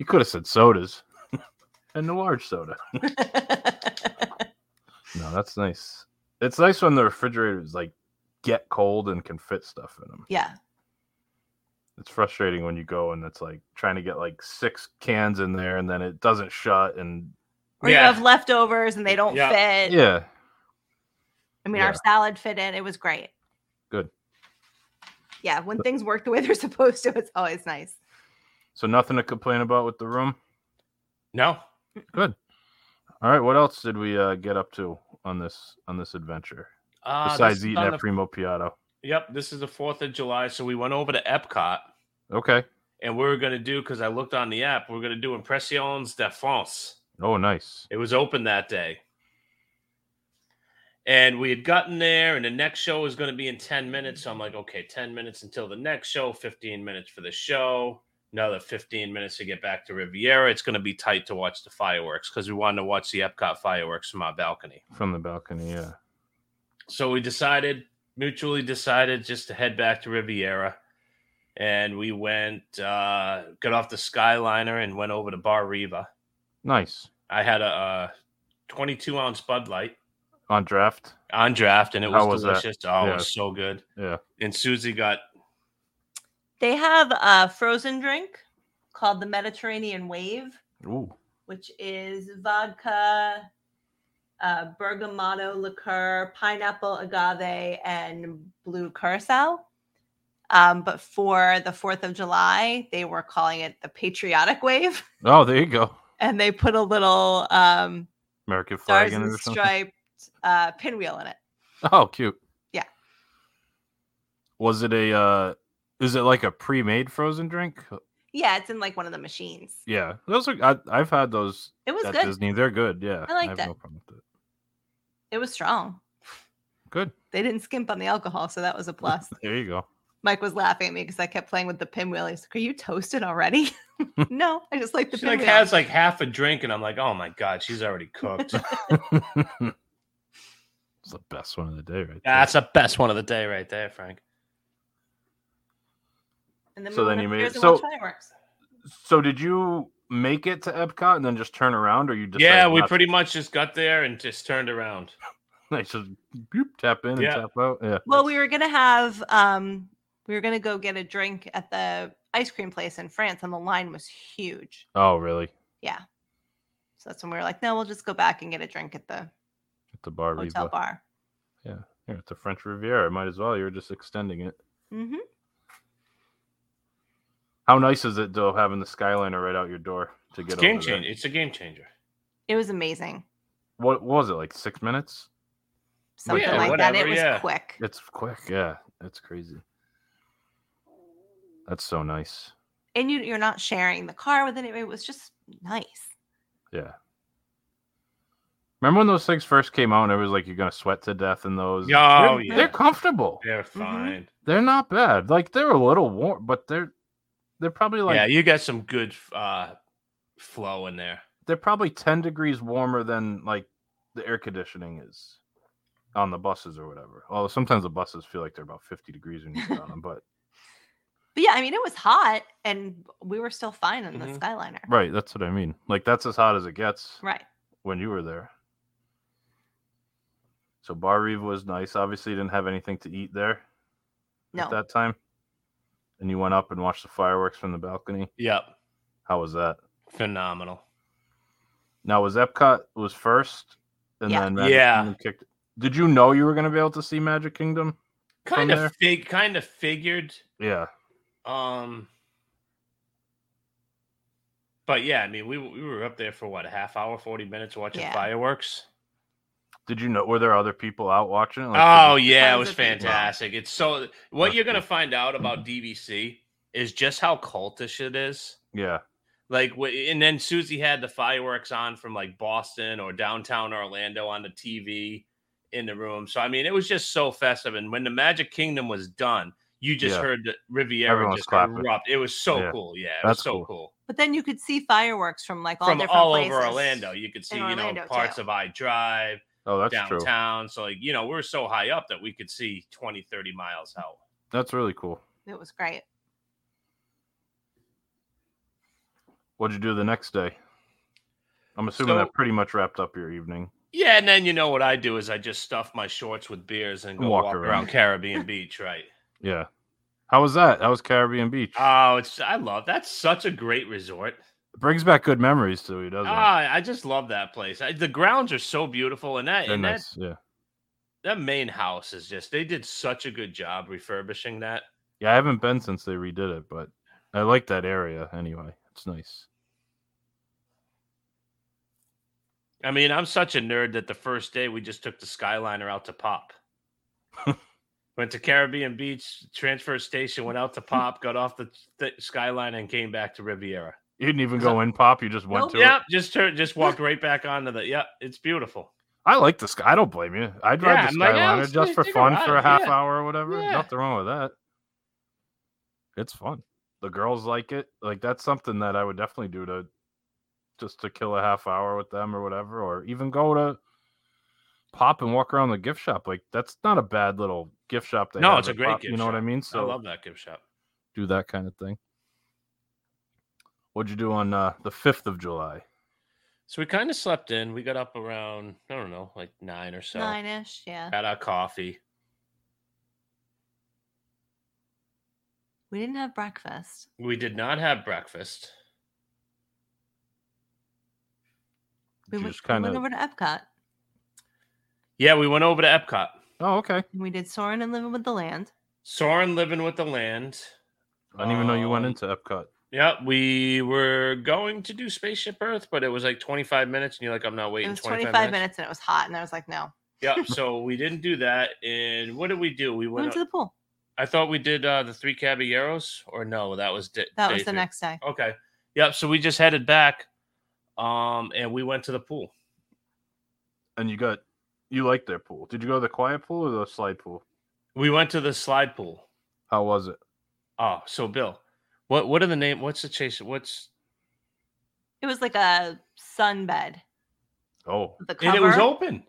Speaker 6: You could have said sodas [LAUGHS] and the large soda.
Speaker 7: Mm-hmm.
Speaker 6: No, that's nice. It's nice when the refrigerators like get cold and can fit stuff in them.
Speaker 8: [LAUGHS] yeah,
Speaker 6: It's frustrating when you go and it's like trying to get like six cans in there and then it doesn't shut and
Speaker 8: or you
Speaker 7: Yeah.
Speaker 8: have leftovers and they don't
Speaker 7: Yeah.
Speaker 8: fit.
Speaker 6: yeah,
Speaker 8: I mean, our
Speaker 6: Yeah.
Speaker 8: salad fit in. It was great.
Speaker 6: Good.
Speaker 8: Yeah, when things work the way they're [LAUGHS] supposed to, it's always nice.
Speaker 6: So nothing to complain about with the room.
Speaker 7: No.
Speaker 6: All right, what else did we uh, get up to on this on this adventure
Speaker 7: Uh, this
Speaker 6: besides
Speaker 7: is
Speaker 6: eating
Speaker 7: on
Speaker 6: at
Speaker 7: the-
Speaker 6: Primo Piatto?
Speaker 7: Yep, this is the Fourth of July, so we went over to Epcot,
Speaker 6: Okay.
Speaker 7: and we were gonna do because I looked on the app, we are gonna do Impressions de France.
Speaker 6: Oh, nice.
Speaker 7: It was open that day, and we had gotten there, and the next show was gonna be in ten minutes. So I'm like, okay, ten minutes until the next show, fifteen minutes for the show, another fifteen minutes to get back to Riviera. It's gonna be tight to watch the fireworks because we wanted to watch the Epcot fireworks from our balcony.
Speaker 6: From the balcony, yeah.
Speaker 7: so we decided mutually decided just to head back to riviera and we went uh got off the skyliner and went over to bar riva
Speaker 6: Nice
Speaker 7: i had a, uh 22 ounce bud light
Speaker 6: on draft.
Speaker 7: on draft and it was,
Speaker 6: How was that?
Speaker 7: delicious oh
Speaker 6: Yeah.
Speaker 7: it was so good
Speaker 6: Yeah.
Speaker 7: and susie got
Speaker 8: They have a frozen drink called the Mediterranean Wave,
Speaker 6: Ooh,
Speaker 8: which is vodka, uh, bergamotto liqueur, pineapple agave, and blue curacao. Um, but for the 4th of July, they were calling it the Patriotic Wave. [LAUGHS]
Speaker 6: oh, there you go.
Speaker 8: And they put a little um,
Speaker 6: American flag
Speaker 8: stars
Speaker 6: in it or
Speaker 8: and
Speaker 6: something.
Speaker 8: striped uh, pinwheel in it.
Speaker 6: [LAUGHS] Oh, cute.
Speaker 8: Yeah.
Speaker 6: Was it a? uh Is it like a pre-made frozen drink?
Speaker 8: Yeah, it's in like one of the machines.
Speaker 6: Yeah, those are. I, I've had those
Speaker 8: It was
Speaker 6: at
Speaker 8: good.
Speaker 6: Disney. They're good. Yeah,
Speaker 8: I like
Speaker 6: have
Speaker 8: that.
Speaker 6: no problem with it.
Speaker 8: It was strong.
Speaker 6: Good.
Speaker 8: They didn't skimp on the alcohol, so that was a plus.
Speaker 6: There you
Speaker 8: [LAUGHS]
Speaker 6: go. [LAUGHS]
Speaker 8: Mike was laughing at me because I kept playing with the pinwheel. He's like, "Are you
Speaker 6: [LAUGHS]
Speaker 8: toasted already?" [LAUGHS] no, I just like the
Speaker 7: she like
Speaker 8: pinwheel.
Speaker 7: has like half a drink and i'm like oh my god she's already
Speaker 6: [LAUGHS]
Speaker 7: cooked
Speaker 6: it's the best one of the day, right? there.
Speaker 7: that's the best one of the day right there frank
Speaker 8: and
Speaker 6: so then
Speaker 8: we went
Speaker 6: you made
Speaker 8: upstairs
Speaker 6: it-
Speaker 8: and watched
Speaker 6: so-
Speaker 8: fireworks.
Speaker 6: So did you make it to Epcot and then just turn around, or you just
Speaker 7: yeah we
Speaker 6: [LAUGHS]
Speaker 7: pretty much just got there and just turned around
Speaker 6: nice just boop, tap in and
Speaker 7: Yeah.
Speaker 6: tap out. Yeah.
Speaker 8: Well, we were gonna have um, we were gonna go get a drink at the ice cream place in France, and the line was huge.
Speaker 6: Oh, really?
Speaker 8: So that's when we were like, "No, we'll just go back and get a drink at the
Speaker 6: At the bar,
Speaker 8: hotel
Speaker 6: Reba.
Speaker 8: bar."
Speaker 6: Yeah, at the French Riviera. Might as well. You're just extending it.
Speaker 8: hmm
Speaker 6: How nice is it though having the Skyliner right out your door to
Speaker 7: it's
Speaker 6: get
Speaker 7: game
Speaker 6: over there?
Speaker 7: changer it's a game changer
Speaker 8: It was amazing.
Speaker 6: What, what was it like? Six minutes?
Speaker 8: Something
Speaker 6: Yeah,
Speaker 8: like that.
Speaker 7: whatever,
Speaker 8: It was
Speaker 7: yeah.
Speaker 8: quick.
Speaker 6: It's quick. Yeah, that's crazy. That's so nice.
Speaker 8: and you, you're not sharing the car with anybody. It was just nice.
Speaker 6: Yeah. Remember when those things first came out and it was like you're gonna sweat to death in those?
Speaker 7: Oh,
Speaker 6: they're,
Speaker 7: yeah.
Speaker 6: they're comfortable.
Speaker 7: they're fine
Speaker 6: They're not bad. Like they're a little warm, but they're they're probably like
Speaker 7: yeah, you got some good uh, flow in there.
Speaker 6: they're probably ten degrees warmer than like the air conditioning is on the buses or whatever. Although sometimes the buses feel like they're about fifty degrees when you get on them,
Speaker 8: [LAUGHS]
Speaker 6: but
Speaker 8: But yeah, I mean, it was hot, and we were still fine in
Speaker 7: Mhm.
Speaker 8: the Skyliner.
Speaker 6: Mm-hmm. right, that's what I mean. Like that's as hot as it gets.
Speaker 8: Right.
Speaker 6: when you were there. So Bar Riva was nice. Obviously, you didn't have anything to eat there
Speaker 8: No,
Speaker 6: at that time. And you went up and watched the fireworks from the balcony.
Speaker 7: Yep,
Speaker 6: How was that?
Speaker 7: phenomenal.
Speaker 6: Now was Epcot was first, and
Speaker 8: Yeah.
Speaker 6: then Magic
Speaker 7: Yeah.
Speaker 6: Kingdom kicked. Did you know you were going to be able to see Magic Kingdom?
Speaker 7: Kind
Speaker 6: there?
Speaker 7: of fig, kind of figured.
Speaker 6: Yeah,
Speaker 7: Um, but yeah, I mean, we we were up there for what a half hour, forty minutes watching
Speaker 8: Yeah.
Speaker 7: fireworks.
Speaker 6: Did you know? Were there other people out watching? it?
Speaker 7: Oh
Speaker 6: was
Speaker 7: yeah, it
Speaker 8: Tons
Speaker 7: was
Speaker 8: of people.
Speaker 7: fantastic. It's so what
Speaker 6: That's
Speaker 7: you're gonna
Speaker 6: cool.
Speaker 7: find
Speaker 6: [LAUGHS]
Speaker 7: out about DVC is just how cultish it is.
Speaker 6: it- yeah,
Speaker 7: Like, wh- and then Susie had the fireworks on from like Boston or downtown Orlando on the TV, in the room. So I mean, it was just so festive. And when the Magic Kingdom was done, you just
Speaker 6: Yeah.
Speaker 7: heard the Riviera
Speaker 6: Everyone was
Speaker 7: just
Speaker 6: clapping.
Speaker 7: erupt. It was so
Speaker 6: Yeah.
Speaker 7: cool. Yeah, it
Speaker 6: That's
Speaker 7: was so
Speaker 6: cool.
Speaker 7: cool.
Speaker 8: But then you could see fireworks from like all
Speaker 7: From
Speaker 8: different
Speaker 7: all
Speaker 8: places.
Speaker 7: over Orlando, you could see, you know,
Speaker 8: Orlando,
Speaker 7: parts
Speaker 8: too.
Speaker 7: of I Drive
Speaker 6: Oh, that's true.
Speaker 7: downtown. So, like, you know, we were so high up that we could see 20, 30 miles out.
Speaker 6: That's really cool.
Speaker 8: It was great.
Speaker 6: What'd you do the next day? I'm assuming
Speaker 7: So-
Speaker 6: that pretty much wrapped up your evening.
Speaker 7: Yeah, and then you know what I do is I just stuff my shorts with beers and go
Speaker 6: Walk
Speaker 7: walk,
Speaker 6: around.
Speaker 7: around. Caribbean Beach, right?
Speaker 6: Yeah. How was that? How was Caribbean Beach?
Speaker 7: Oh, it's I love that's such a great resort.
Speaker 6: it brings back good memories to you, doesn't it?
Speaker 7: Ah, I just love that place. I, the grounds are so beautiful, and that
Speaker 6: They're
Speaker 7: and
Speaker 6: nice. Yeah.
Speaker 7: that that main house is just they did such a good job refurbishing that.
Speaker 6: Yeah, I haven't been since they redid it, but I like that area anyway. It's nice.
Speaker 7: I mean, I'm such a nerd that the first day we just took the Skyliner out to [LAUGHS] Pop. went to Caribbean Beach transfer station, went out to Pop, got off the th- Skyline, and came back to Riviera.
Speaker 6: You didn't even go in pop, you just went
Speaker 8: Nope.
Speaker 6: to it.
Speaker 7: Yep, just turned, just walked right back onto the. Yep, it's beautiful.
Speaker 6: I like the sky. I don't blame you. I'd
Speaker 7: Yeah,
Speaker 6: ride the
Speaker 7: I'm like, "Oh, yeah,
Speaker 6: Skyliner
Speaker 7: let's-
Speaker 6: just
Speaker 7: let's
Speaker 6: for
Speaker 7: take a
Speaker 6: fun for a
Speaker 7: ride,
Speaker 6: half
Speaker 7: yeah.
Speaker 6: hour or whatever.
Speaker 7: Yeah.
Speaker 6: Nothing wrong with that. It's fun. The girls like it. Like that's something that I would definitely do to just to kill a half hour with them or whatever, or even go to pop and walk around the gift shop. Like that's not a bad little gift shop. They
Speaker 7: No,
Speaker 6: have
Speaker 7: it's a
Speaker 6: at
Speaker 7: great
Speaker 6: Pop, You
Speaker 7: gift
Speaker 6: know what I
Speaker 7: shop.
Speaker 6: mean?
Speaker 7: I
Speaker 6: So
Speaker 7: love that gift shop.
Speaker 6: do that kind of thing. What'd you do on uh, the fifth of July?
Speaker 7: So we kind of slept in. We got up around I don't know, like nine or so.
Speaker 8: Nine ish. Yeah.
Speaker 7: Had our coffee.
Speaker 8: We didn't have breakfast.
Speaker 7: We did not have breakfast.
Speaker 8: We
Speaker 6: You
Speaker 8: went,
Speaker 6: just
Speaker 8: we went
Speaker 6: kinda-
Speaker 8: over to Epcot
Speaker 7: Yeah, we went over to Epcot.
Speaker 6: Oh, okay.
Speaker 8: and we did Soren and Living with the Land.
Speaker 7: Soren living with the land.
Speaker 6: I didn't even know you went
Speaker 7: Um,
Speaker 6: into Epcot.
Speaker 7: Yeah, we were going to do Spaceship Earth, but it was like 25 minutes, and you're like, I'm not
Speaker 8: It
Speaker 7: waiting
Speaker 8: was
Speaker 7: 25,
Speaker 8: 25
Speaker 7: minutes.
Speaker 8: minutes and it was hot. And I was like, no.
Speaker 7: Yep.
Speaker 8: [LAUGHS]
Speaker 7: So we didn't do that. And what did we do? We
Speaker 8: We went
Speaker 7: went.
Speaker 8: to the pool.
Speaker 7: I thought we did uh, the Three Caballeros, or no, that was di-
Speaker 8: That
Speaker 7: day
Speaker 8: was the
Speaker 7: three.
Speaker 8: next day.
Speaker 7: Okay. Yep. So we just headed back, um, and we went to the pool.
Speaker 6: and you got you liked their pool. Did you go to the quiet pool or the slide pool?
Speaker 7: We went to the slide pool.
Speaker 6: How was it?
Speaker 7: Oh, so Bill, what what are the name? What's the chase? What's
Speaker 8: It was like a sunbed.
Speaker 6: Oh,
Speaker 8: The cover.
Speaker 7: and it was open.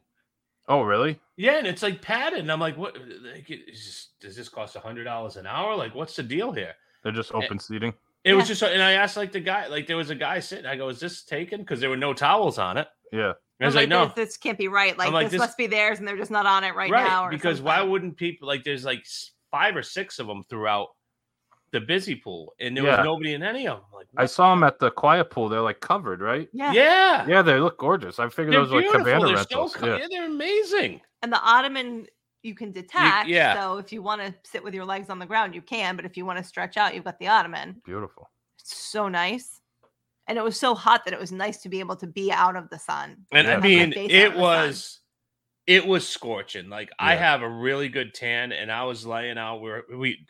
Speaker 6: oh, really?
Speaker 7: Yeah, and it's like padded. And I'm like, what? Like, it- it's just- does this cost a hundred dollars an hour? Like, what's the deal here?
Speaker 6: They're just
Speaker 7: Eh.
Speaker 6: open seating.
Speaker 7: It was
Speaker 8: Yeah.
Speaker 7: just, so- and I asked like the guy, like there was a guy sitting. I go, is this taken? Because there were no towels on it.
Speaker 6: Yeah,
Speaker 7: And I
Speaker 8: I was
Speaker 7: was like, no,
Speaker 8: this, this can't be right. Like,
Speaker 7: like,
Speaker 8: this,
Speaker 7: this-
Speaker 8: must be theirs, and they're just not on it right,
Speaker 7: right?
Speaker 8: now. Or
Speaker 7: because why
Speaker 8: something.
Speaker 7: wouldn't people like? There's like s- five or six of them throughout the busy pool, and there
Speaker 6: Yeah.
Speaker 7: was nobody in any of them. Like,
Speaker 6: I
Speaker 7: what-
Speaker 6: saw them at the quiet pool. They're like covered, right?
Speaker 8: Yeah.
Speaker 7: yeah,
Speaker 6: Yeah, they look gorgeous. I figured
Speaker 7: they're
Speaker 6: those were like
Speaker 7: beautiful.
Speaker 6: cabana
Speaker 7: they're
Speaker 6: rentals.
Speaker 7: so, co-
Speaker 6: yeah.
Speaker 7: yeah, they're amazing.
Speaker 8: And the ottoman you can detach.
Speaker 7: yeah.
Speaker 8: So if you want to sit with your legs on the ground, you can. But if you want to stretch out, you've got the ottoman.
Speaker 6: beautiful.
Speaker 8: It's so nice. And it was so hot that it was nice to be able to be out of the sun.
Speaker 7: And
Speaker 6: Yeah.
Speaker 7: I
Speaker 6: Have
Speaker 8: my
Speaker 7: mean,
Speaker 8: face out in the
Speaker 7: it
Speaker 8: sun.
Speaker 7: was it was scorching. Like I
Speaker 6: Yeah.
Speaker 7: have a really good tan, and I was laying out where we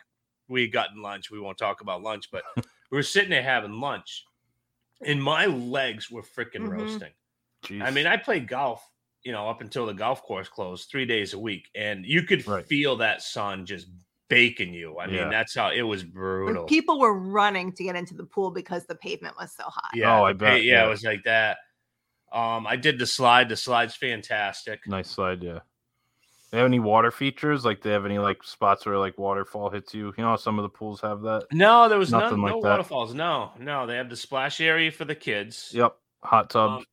Speaker 7: we had gotten lunch. We won't talk about lunch,
Speaker 6: [LAUGHS]
Speaker 7: but we were sitting there having lunch, and my legs were freaking
Speaker 8: Mhm.
Speaker 7: roasting.
Speaker 6: Jeez.
Speaker 7: I mean, I played golf, you know, up until the golf course closed three days a week, and you could
Speaker 6: Right.
Speaker 7: feel that sun just baking you. I
Speaker 6: Yeah.
Speaker 7: mean, that's how it was
Speaker 8: And
Speaker 7: brutal.
Speaker 8: people were running to get into the pool because the pavement was so hot.
Speaker 7: yeah,
Speaker 6: Oh, I
Speaker 7: the
Speaker 6: bet,
Speaker 7: pa- yeah,
Speaker 6: yeah.
Speaker 7: it was like that. Um, I did the slide. The slide's fantastic.
Speaker 6: nice slide. Yeah. They have any water features? Like they have any like spots where like waterfall hits you? You know, how some of the pools have that.
Speaker 7: No, there was
Speaker 6: Nothing
Speaker 7: none,
Speaker 6: like
Speaker 7: no
Speaker 6: that.
Speaker 7: waterfalls. No, no, they have the splash area for the kids.
Speaker 6: Yep, hot tub.
Speaker 7: Um,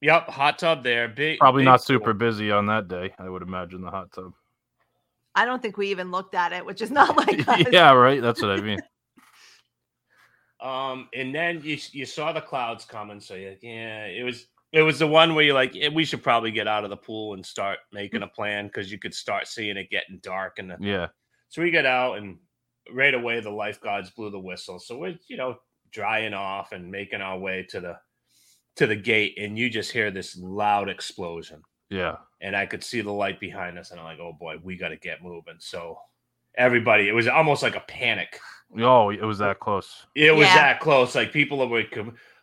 Speaker 7: yep, hot tub there. Big,
Speaker 6: Probably
Speaker 7: big
Speaker 6: not
Speaker 7: pool.
Speaker 6: super busy on that day. I would imagine the hot
Speaker 7: [LAUGHS]
Speaker 6: tub.
Speaker 8: I don't think we even looked at it, which is [LAUGHS]
Speaker 7: [LAUGHS]
Speaker 8: not like us.
Speaker 6: [LAUGHS] yeah, right. That's what I mean.
Speaker 7: Um, and then you you saw the clouds coming, so you're like, yeah, it was it was the one where you're like, "Yeah, we should probably get out of the pool and start making a plan because you could start seeing it getting dark. And the,
Speaker 6: Yeah.
Speaker 7: so we got out, and right away the lifeguards blew the whistle, so we're you know drying off and making our way to the to the gate, and you just hear this loud explosion.
Speaker 6: Yeah.
Speaker 7: and I could see the light behind us, and I'm like, oh boy, we got to get moving. So everybody, it was almost like a panic.
Speaker 6: Oh, it was that close.
Speaker 7: It was
Speaker 8: Yeah.
Speaker 7: that close. Like people were, like,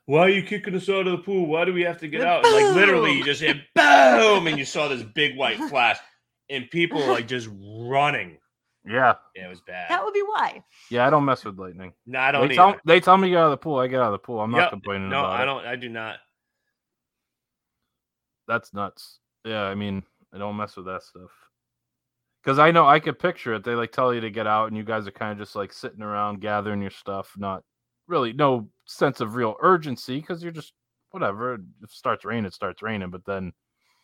Speaker 7: why are you kicking us out of the pool? Why do we have to get out? And, like literally, you just hit boom, and you saw
Speaker 8: [LAUGHS]
Speaker 7: this big white flash, and people like just running.
Speaker 6: Yeah,
Speaker 7: Yeah, it was bad.
Speaker 8: That would be why.
Speaker 6: yeah. I don't mess with lightning.
Speaker 7: no, I don't.
Speaker 6: they, tell,
Speaker 7: either.
Speaker 6: they tell me to get out of the pool. I get out of the pool. I'm not
Speaker 7: Yep.
Speaker 6: complaining
Speaker 7: No,
Speaker 6: about
Speaker 7: I
Speaker 6: it.
Speaker 7: don't. I do not.
Speaker 6: That's nuts. Yeah, I mean, I don't mess with that stuff. Because I know I could picture it. They like tell you to get out, and you guys are kind of just like sitting around gathering your stuff, not really no sense of real urgency because you're just whatever. If it starts raining, it starts raining. But then,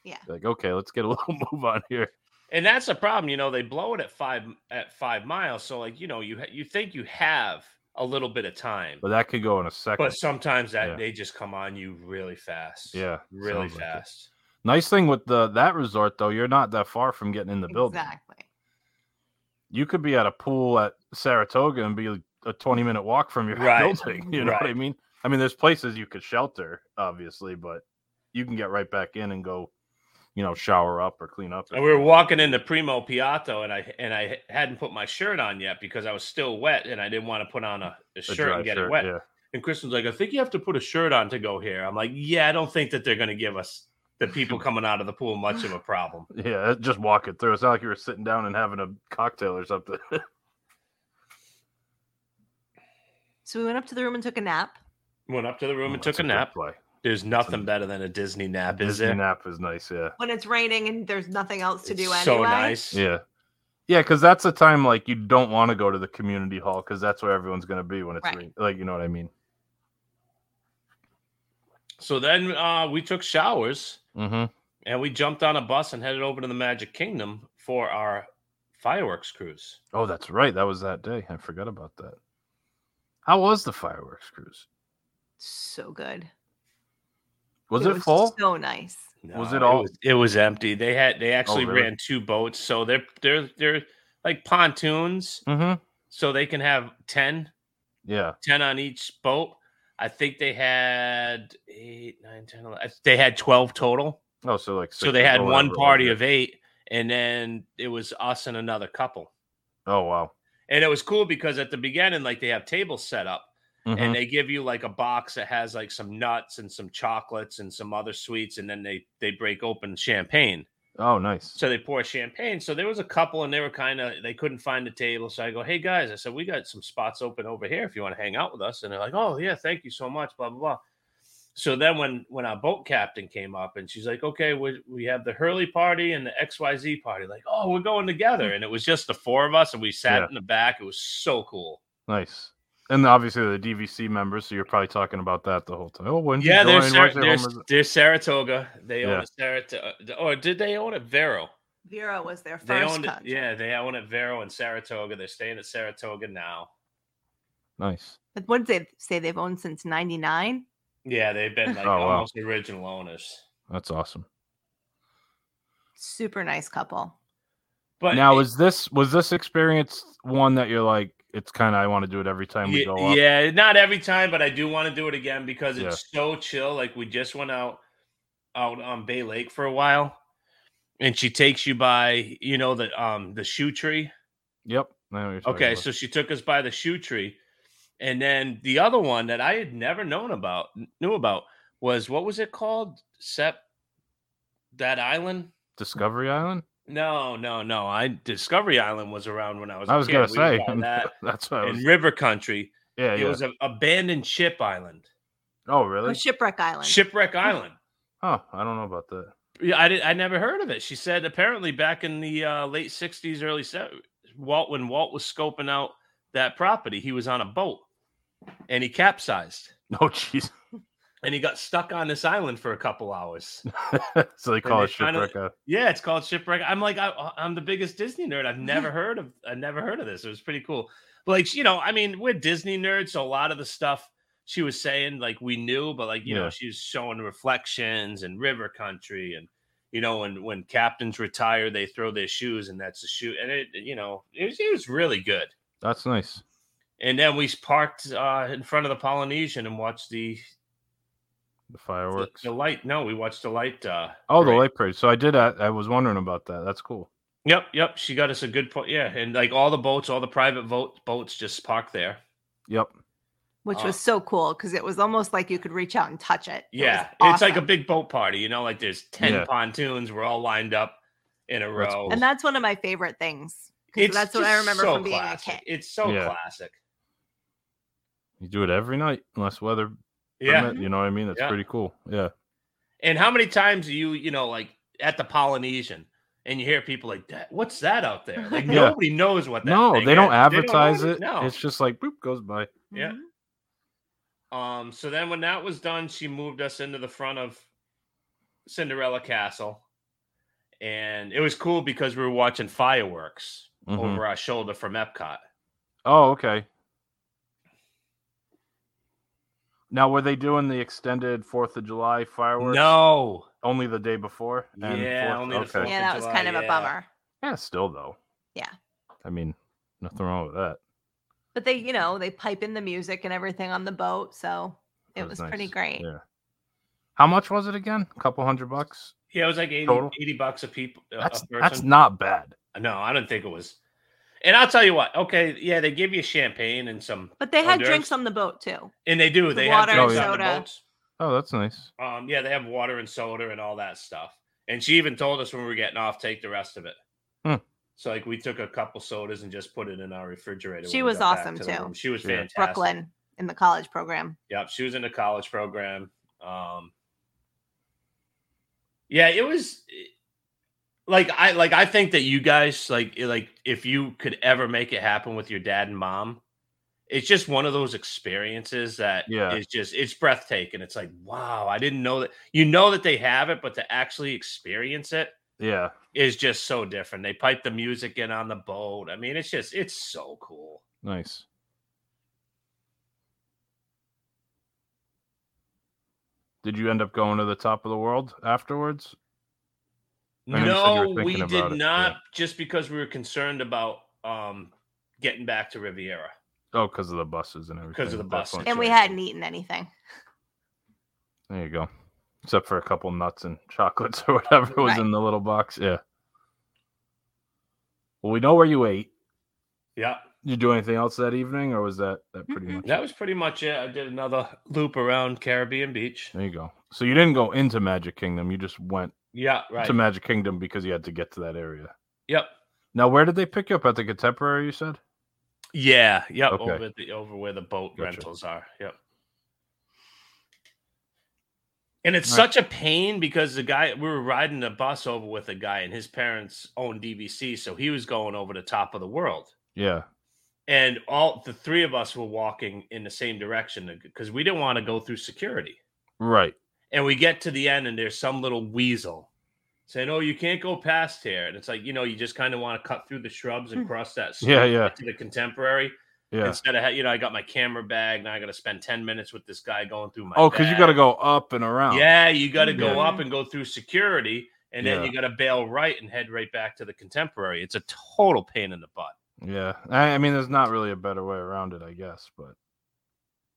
Speaker 8: Yeah.
Speaker 6: like okay, let's get a [LAUGHS] little move on here.
Speaker 7: And that's the problem, you know. They blow it at five at five miles, so like you know, you ha- you think you have a little bit of time,
Speaker 6: But that could go in a second.
Speaker 7: but sometimes that
Speaker 6: Yeah.
Speaker 7: they just come on you really fast.
Speaker 6: Yeah,
Speaker 7: really
Speaker 6: sounds like it.
Speaker 7: fast.
Speaker 6: nice thing with the that resort though, you're not that far from getting in the building.
Speaker 8: Exactly.
Speaker 6: you could be at a pool at Saratoga and be a 20 minute walk from your [LAUGHS]
Speaker 7: Right,
Speaker 6: building. You know what I
Speaker 7: right.
Speaker 6: mean? I mean, there's places you could shelter, obviously, but you can get right back in and go, you know, shower up or clean up.
Speaker 7: And we were walking into Primo Piatto, and I and I hadn't put my shirt on yet because I was still wet, and I didn't want to put on a, a
Speaker 6: A
Speaker 7: shirt
Speaker 6: dry
Speaker 7: and get
Speaker 6: shirt,
Speaker 7: it wet.
Speaker 6: Yeah. [LAUGHS]
Speaker 7: And Kristen's like, I think you have to put a shirt on to go here. I'm like, yeah, I don't think that they're going to give us
Speaker 6: [LAUGHS]
Speaker 7: the people coming out of the pool much of a problem.
Speaker 6: Yeah. it- Just walk it through. It's not like you were sitting down and having a cocktail or something. [LAUGHS]
Speaker 8: So we went up to the room and took a nap.
Speaker 7: Went up to the room and took
Speaker 6: Oh, That's
Speaker 7: a
Speaker 6: good
Speaker 7: nap.
Speaker 6: play.
Speaker 7: There's nothing better than a Disney nap, is
Speaker 6: Disney
Speaker 7: there?
Speaker 6: nap is nice. Yeah.
Speaker 8: When it's raining and there's nothing else to
Speaker 7: It's
Speaker 8: do anyway.
Speaker 7: so nice.
Speaker 6: Yeah. Yeah, because that's a time like you don't want to go to the community hall because that's where everyone's going to be when it's
Speaker 8: Right.
Speaker 6: rain- like you know what I mean.
Speaker 7: So then uh, we took showers
Speaker 6: Mm-hmm.
Speaker 7: and we jumped on a bus and headed over to the Magic Kingdom for our fireworks cruise.
Speaker 6: Oh, that's right. That was that day. I forgot about that. How was the fireworks cruise?
Speaker 8: So good.
Speaker 6: Was it, full?
Speaker 8: So nice.
Speaker 6: Was it all- Oh,
Speaker 7: was, it was empty. They had they actually
Speaker 6: really?
Speaker 7: ran two boats, so they're they're they're like pontoons,
Speaker 6: Mm-hmm.
Speaker 7: so they can have ten
Speaker 6: Yeah.
Speaker 7: 10 on each boat. I think they had eight, nine, 10, 11. I th- They had 12 total.
Speaker 6: Oh, so like
Speaker 7: So
Speaker 6: six
Speaker 7: they had
Speaker 6: people
Speaker 7: one
Speaker 6: overall,
Speaker 7: party
Speaker 6: yeah.
Speaker 7: of eight, and then it was us and another couple.
Speaker 6: Oh wow.
Speaker 7: And it was cool because at the beginning, like they have tables set up
Speaker 6: Mhm.
Speaker 7: and they give you like a box that has like some nuts and some chocolates and some other sweets. And then they, they break open champagne.
Speaker 6: oh, nice.
Speaker 7: So they pour champagne. So there was a couple and they were kind of, they couldn't find a table. So I go, hey guys, I said, we got some spots open over here if you want to hang out with us. And they're like, oh yeah, thank you so much, blah, blah, blah. So then when, when our boat captain came up and she's like, okay, we, we have the Hurley party and the XYZ party. Like, oh, we're going together. And it was just the four of us and we sat
Speaker 6: Yeah.
Speaker 7: in the back. It was so cool.
Speaker 6: nice. And obviously the DVC members, so you're probably talking about that the whole time. Oh, when
Speaker 7: Yeah,
Speaker 6: you
Speaker 7: there's,
Speaker 6: join,
Speaker 7: Sar-
Speaker 6: where's your
Speaker 7: there's,
Speaker 6: home res-
Speaker 7: there's Saratoga. They own
Speaker 6: Yeah.
Speaker 7: a Saratoga. Or did they own it? Vero.
Speaker 8: Vera was their
Speaker 7: They
Speaker 8: first
Speaker 7: own it.
Speaker 8: contract.
Speaker 7: Yeah, they own it. Vero and Saratoga. They're staying at Saratoga now.
Speaker 6: nice.
Speaker 8: But what did they say they've owned since 99?
Speaker 7: Yeah,
Speaker 6: [LAUGHS]
Speaker 7: they've been like
Speaker 6: Oh, wow.
Speaker 7: almost original owners.
Speaker 6: That's awesome.
Speaker 8: Super nice couple.
Speaker 7: But
Speaker 6: now
Speaker 7: it-
Speaker 6: is this was this experience one that you're like it's kind of I want to do it every time we
Speaker 7: ye-
Speaker 6: go up.
Speaker 7: yeah, not every time, but I do want to do it again because
Speaker 6: Yeah.
Speaker 7: it's so chill. Like we just went out out on Bay Lake for a while, and she takes you by you know the um the shoe tree.
Speaker 6: Yep. I know what you're talking
Speaker 7: Okay,
Speaker 6: about.
Speaker 7: so she took us by the shoe tree, and then the other one that I had never known about knew about was what was it called? Sep that island.
Speaker 6: Discovery Island.
Speaker 7: No, no, no. I Discovery Island was around when I was. a
Speaker 6: I was
Speaker 7: kid.
Speaker 6: gonna
Speaker 7: We
Speaker 6: say
Speaker 7: were
Speaker 6: [LAUGHS]
Speaker 7: by that
Speaker 6: that's what I was.
Speaker 7: in River Country.
Speaker 6: Yeah,
Speaker 7: It
Speaker 6: yeah.
Speaker 7: was an abandoned ship island,
Speaker 6: oh,
Speaker 8: Oh,
Speaker 6: really?
Speaker 8: Shipwreck Island.
Speaker 7: shipwreck island.
Speaker 6: Huh. I don't know about that. [LAUGHS]
Speaker 7: Yeah, I did, I never heard of it. She said apparently back in the uh, late '60s, early '70s, Walt when Walt was scoping out that property, he was on a boat and he capsized
Speaker 6: Oh, jeez. [LAUGHS]
Speaker 7: and he got stuck on this island for a couple
Speaker 6: [LAUGHS]
Speaker 7: hours.
Speaker 6: so they
Speaker 7: And
Speaker 6: call
Speaker 7: they
Speaker 6: it
Speaker 7: finally-
Speaker 6: shipwreck. uh,
Speaker 7: Yeah, it's called Shipwreck. I'm like, I, I'm the biggest Disney nerd. I've never heard of, I never heard of this. It was pretty cool. Like, you know, I mean, we're Disney nerds, so a lot of the stuff she was saying, like, we knew, but like, you
Speaker 6: Yeah.
Speaker 7: know, she was showing reflections and River Country, and you know, when when captains retire, they throw their shoes, and that's the shoe, and it, you know, it was, it was really good.
Speaker 6: That's nice.
Speaker 7: And then we parked uh, in front of the Polynesian and watched the
Speaker 6: The
Speaker 7: the,
Speaker 6: fireworks.
Speaker 7: the light. No, we watched the light. Uh,
Speaker 6: oh, the
Speaker 7: parade.
Speaker 6: light parade. So I did. I, I was wondering about that. That's cool.
Speaker 7: Yep, yep. She got us a good point. Yeah, and like all the boats, all the private boat boats just parked there.
Speaker 6: Yep.
Speaker 8: which
Speaker 7: Oh.
Speaker 8: was so cool because it was almost like you could reach out and touch it. It was
Speaker 7: Yeah, it's like a
Speaker 8: awesome.
Speaker 7: big boat party, you know, like there's 10
Speaker 6: Yeah.
Speaker 7: pontoons, we're all lined up in a
Speaker 6: That's
Speaker 7: row.
Speaker 6: cool.
Speaker 8: and that's one of my favorite things. 'cause
Speaker 7: It's
Speaker 8: that's what I
Speaker 7: just
Speaker 8: remember
Speaker 7: so
Speaker 8: from being
Speaker 7: classic.
Speaker 8: a kid.
Speaker 7: It's so
Speaker 6: Yeah.
Speaker 7: classic.
Speaker 6: You do it every night, unless weather.
Speaker 7: Yeah.
Speaker 6: permit, you know what I mean. That's
Speaker 7: Yeah.
Speaker 6: pretty cool. Yeah,
Speaker 7: And how many times do you, you know, like at the Polynesian and you hear people like that, what's that out there? Like
Speaker 6: [LAUGHS] Yeah.
Speaker 7: nobody knows what that
Speaker 6: no,
Speaker 7: thing
Speaker 6: they don't
Speaker 7: is. know
Speaker 6: advertise
Speaker 7: what
Speaker 6: it.
Speaker 7: No.
Speaker 6: It's just like boop goes by.
Speaker 7: Yeah.
Speaker 8: Mhm.
Speaker 7: Um, so then when that was done, she moved us into the front of Cinderella Castle. And it was cool because we were watching fireworks
Speaker 6: Mhm.
Speaker 7: over our shoulder from Epcot.
Speaker 6: Oh, okay. Now, were they doing the extended Fourth of July fireworks?
Speaker 7: No.
Speaker 6: only the day before.
Speaker 7: Yeah,
Speaker 6: Fourth-
Speaker 7: only the Fourth.
Speaker 8: Yeah, that was kind of
Speaker 7: July,
Speaker 8: a
Speaker 7: yeah.
Speaker 8: bummer.
Speaker 6: Yeah, still though.
Speaker 8: Yeah.
Speaker 6: I mean, nothing wrong with that.
Speaker 8: But they, you
Speaker 7: Mm-hmm.
Speaker 8: know, they pipe in the music and everything on the boat, so it
Speaker 6: That
Speaker 8: was,
Speaker 6: nice.
Speaker 8: pretty great.
Speaker 6: Yeah. How much was it again? A couple hundred bucks.
Speaker 7: Yeah, it was like 80,
Speaker 6: Total?
Speaker 7: 80 bucks a people. a-
Speaker 6: That's
Speaker 7: a person.
Speaker 6: that's not bad.
Speaker 7: no, I don't think it was. And I'll tell you what. Okay, yeah, they give you champagne and some,
Speaker 8: But they
Speaker 7: Hors
Speaker 8: had
Speaker 7: d'oeuvres.
Speaker 8: drinks on the boat too.
Speaker 7: and they do. They
Speaker 8: Water
Speaker 7: have
Speaker 6: and
Speaker 7: drinks on the
Speaker 8: soda.
Speaker 7: boats.
Speaker 6: Oh, that's nice.
Speaker 7: Um, yeah, they have water and soda and all that stuff. And she even told us when we were getting off, take the rest of it.
Speaker 6: Hmm.
Speaker 7: So like we took a couple sodas and just put it in our refrigerator.
Speaker 8: She
Speaker 7: when we
Speaker 8: was
Speaker 7: got back
Speaker 8: awesome,
Speaker 7: to the
Speaker 8: too.
Speaker 7: room. She was
Speaker 6: Yeah.
Speaker 7: fantastic.
Speaker 8: Brooklyn in the college program.
Speaker 7: Yep, she was in the college program. Um, yeah, it was like I like I think that you guys like like if you could ever make it happen with your dad and mom, it's just one of those experiences that
Speaker 6: Yeah.
Speaker 7: is just it's breathtaking. It's like wow, I didn't know that. You know that they have it, but to actually experience it
Speaker 6: Yeah.
Speaker 7: is just so different. They pipe the music in on the boat. I mean, it's just it's so cool.
Speaker 6: Nice. Did you end up going to the top of the world afterwards? I know you said you were
Speaker 7: No, we
Speaker 6: thinking
Speaker 7: did
Speaker 6: about it, yeah.
Speaker 7: not. Just because we were concerned about um, getting back to Riviera.
Speaker 6: Oh, because of the buses and everything.
Speaker 7: of the
Speaker 6: at that
Speaker 7: buses.
Speaker 6: point.
Speaker 7: That's
Speaker 8: And we
Speaker 7: right.
Speaker 8: hadn't eaten anything.
Speaker 6: There you go. Except for a couple nuts and chocolates [LAUGHS] or whatever was
Speaker 8: Right.
Speaker 6: in the little box. Yeah. Well, we know where you ate.
Speaker 7: Yeah,
Speaker 6: You do anything else that evening, or was that that pretty
Speaker 8: Mhm.
Speaker 6: much?
Speaker 7: that was pretty much it. I did another loop around Caribbean Beach.
Speaker 6: There you go. So you didn't go into Magic Kingdom. You just went
Speaker 7: Yeah, right.
Speaker 6: to Magic Kingdom because you had to get to that area.
Speaker 7: yep.
Speaker 6: Now, where did they pick you up at the Contemporary? You said.
Speaker 7: Yeah. Yep.
Speaker 6: Okay.
Speaker 7: Over the over where the boat
Speaker 6: Gotcha.
Speaker 7: rentals are. Yep. And it's
Speaker 6: All right.
Speaker 7: such a pain because the guy we were riding the bus over with a guy and his parents own DVC, so he was going over the top of the world.
Speaker 6: Yeah.
Speaker 7: and all the three of us were walking in the same direction because we didn't want to go through security.
Speaker 6: Right.
Speaker 7: And we get to the end, and there's some little weasel saying, "Oh, you can't go past here." And it's like you know, you just kind of want to cut through the shrubs and cross that. street
Speaker 6: Hmm. Yeah, yeah.
Speaker 7: To the contemporary
Speaker 6: Yeah.
Speaker 7: instead of ha- you know, I got my camera bag, now I got to spend ten minutes with this guy going through my.
Speaker 6: Oh, because you got to
Speaker 7: bag.
Speaker 6: go up and around.
Speaker 7: Yeah, you got to go
Speaker 8: Yeah.
Speaker 7: up and go through security, and then
Speaker 6: Yeah.
Speaker 7: you got to bail right and head right back to the contemporary. It's a total pain in the butt.
Speaker 6: Yeah. I, I mean, there's not really a better way around it, I guess. But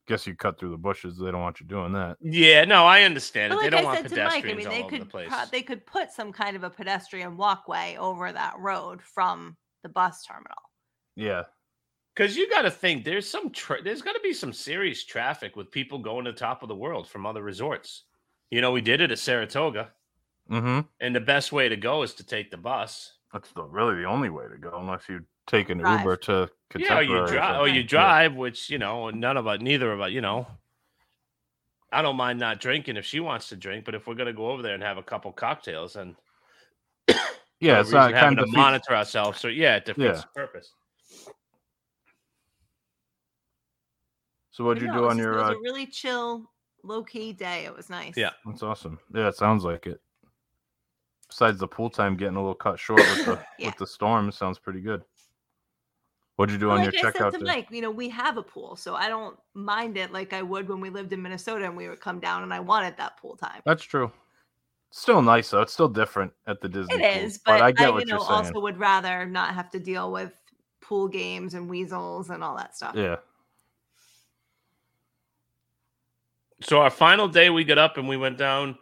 Speaker 6: guess you cut through the bushes. They don't want you doing that.
Speaker 7: Yeah, no, I understand
Speaker 8: But
Speaker 7: it. they
Speaker 8: like
Speaker 7: don't
Speaker 8: I
Speaker 7: want
Speaker 8: said to Mike, I
Speaker 7: pedestrians
Speaker 8: mean,
Speaker 7: all
Speaker 8: they
Speaker 7: over the
Speaker 8: could
Speaker 7: place.
Speaker 8: pro- they could put some kind of a pedestrian walkway over that road from the bus terminal.
Speaker 6: Yeah.
Speaker 7: Because you got to think there's some tra- there's got to be some serious traffic with people going to the top of the world from other resorts. You know, we did it at Saratoga,
Speaker 6: Mm-hmm.
Speaker 7: and the best way to go is to take the bus.
Speaker 6: That's the, really the only way to go, unless you take an
Speaker 8: Drive.
Speaker 6: Uber to
Speaker 7: Yeah, or
Speaker 6: contemporary.
Speaker 7: you
Speaker 6: or
Speaker 7: drive, or
Speaker 6: [LAUGHS] something.
Speaker 7: you drive, which you know none of us, neither of us, you know. I don't mind not drinking if she wants to drink, but if we're gonna go over there and have a couple cocktails, and
Speaker 6: Yeah, it's not kind
Speaker 7: having to
Speaker 6: of
Speaker 7: monitor ourselves, so yeah, it defeats
Speaker 6: Yeah.
Speaker 7: the purpose.
Speaker 6: So what'd
Speaker 8: But
Speaker 6: you
Speaker 8: no, it
Speaker 6: do
Speaker 8: was
Speaker 6: on
Speaker 8: just-
Speaker 6: your?
Speaker 8: It was
Speaker 6: Uh,
Speaker 8: a really chill, low key day. It was nice.
Speaker 7: Yeah.
Speaker 6: that's awesome. Yeah, it sounds like it. Besides the pool time getting a little cut short with the
Speaker 8: [COUGHS] Yeah.
Speaker 6: with the storm, it sounds pretty good. What'd you do
Speaker 8: But
Speaker 6: on
Speaker 8: like
Speaker 6: your
Speaker 8: I
Speaker 6: checkout
Speaker 8: said
Speaker 6: day?
Speaker 8: to Mike, you know, we have a pool, so I don't mind it like I would when we lived in Minnesota and we would come down and I wanted that pool time.
Speaker 6: That's true. It's still nice though. It's still different at the Disney.
Speaker 8: It
Speaker 6: pool,
Speaker 8: is, but,
Speaker 6: I
Speaker 8: I,
Speaker 6: get
Speaker 8: you
Speaker 6: what
Speaker 8: know,
Speaker 6: you're saying.
Speaker 8: also would rather not have to deal with pool games and weasels and all that stuff.
Speaker 6: yeah.
Speaker 7: So our final day, we got up and we went down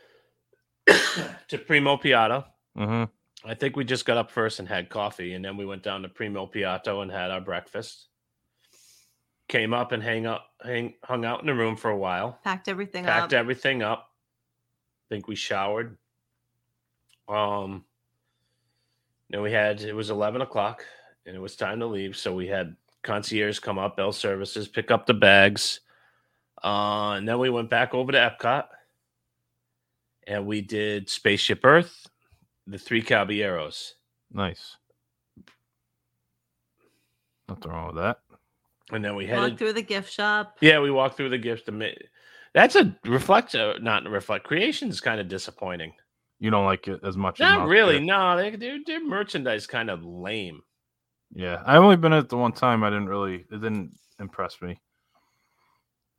Speaker 7: [COUGHS] to Primo Piatto.
Speaker 6: Mm-hmm.
Speaker 7: I think we just got up first and had coffee, and then we went down to Primo Piatto and had our breakfast. came up and hang up, hang, hung out in the room for a while.
Speaker 8: Packed everything
Speaker 7: packed
Speaker 8: up.
Speaker 7: everything up. I think we showered. Um, then we had it was eleven o'clock, and it was time to leave. So we had concierge come up, bell services, pick up the bags, uh, and then we went back over to Epcot, and we did Spaceship Earth, the Three Caballeros,
Speaker 6: Nice. Nothing wrong with that.
Speaker 7: and then we
Speaker 8: Walked
Speaker 7: headed.
Speaker 8: through the gift shop.
Speaker 7: yeah, we walked through the gifts. To ma- that's a reflect, uh, not reflect. Creation is kind of disappointing.
Speaker 6: You don't like it as much. as
Speaker 7: Not
Speaker 6: Mouth
Speaker 7: really.
Speaker 6: Guard.
Speaker 7: No, they, their their merchandise kind of lame.
Speaker 6: Yeah, I only been at the one time. I didn't really. It didn't impress me.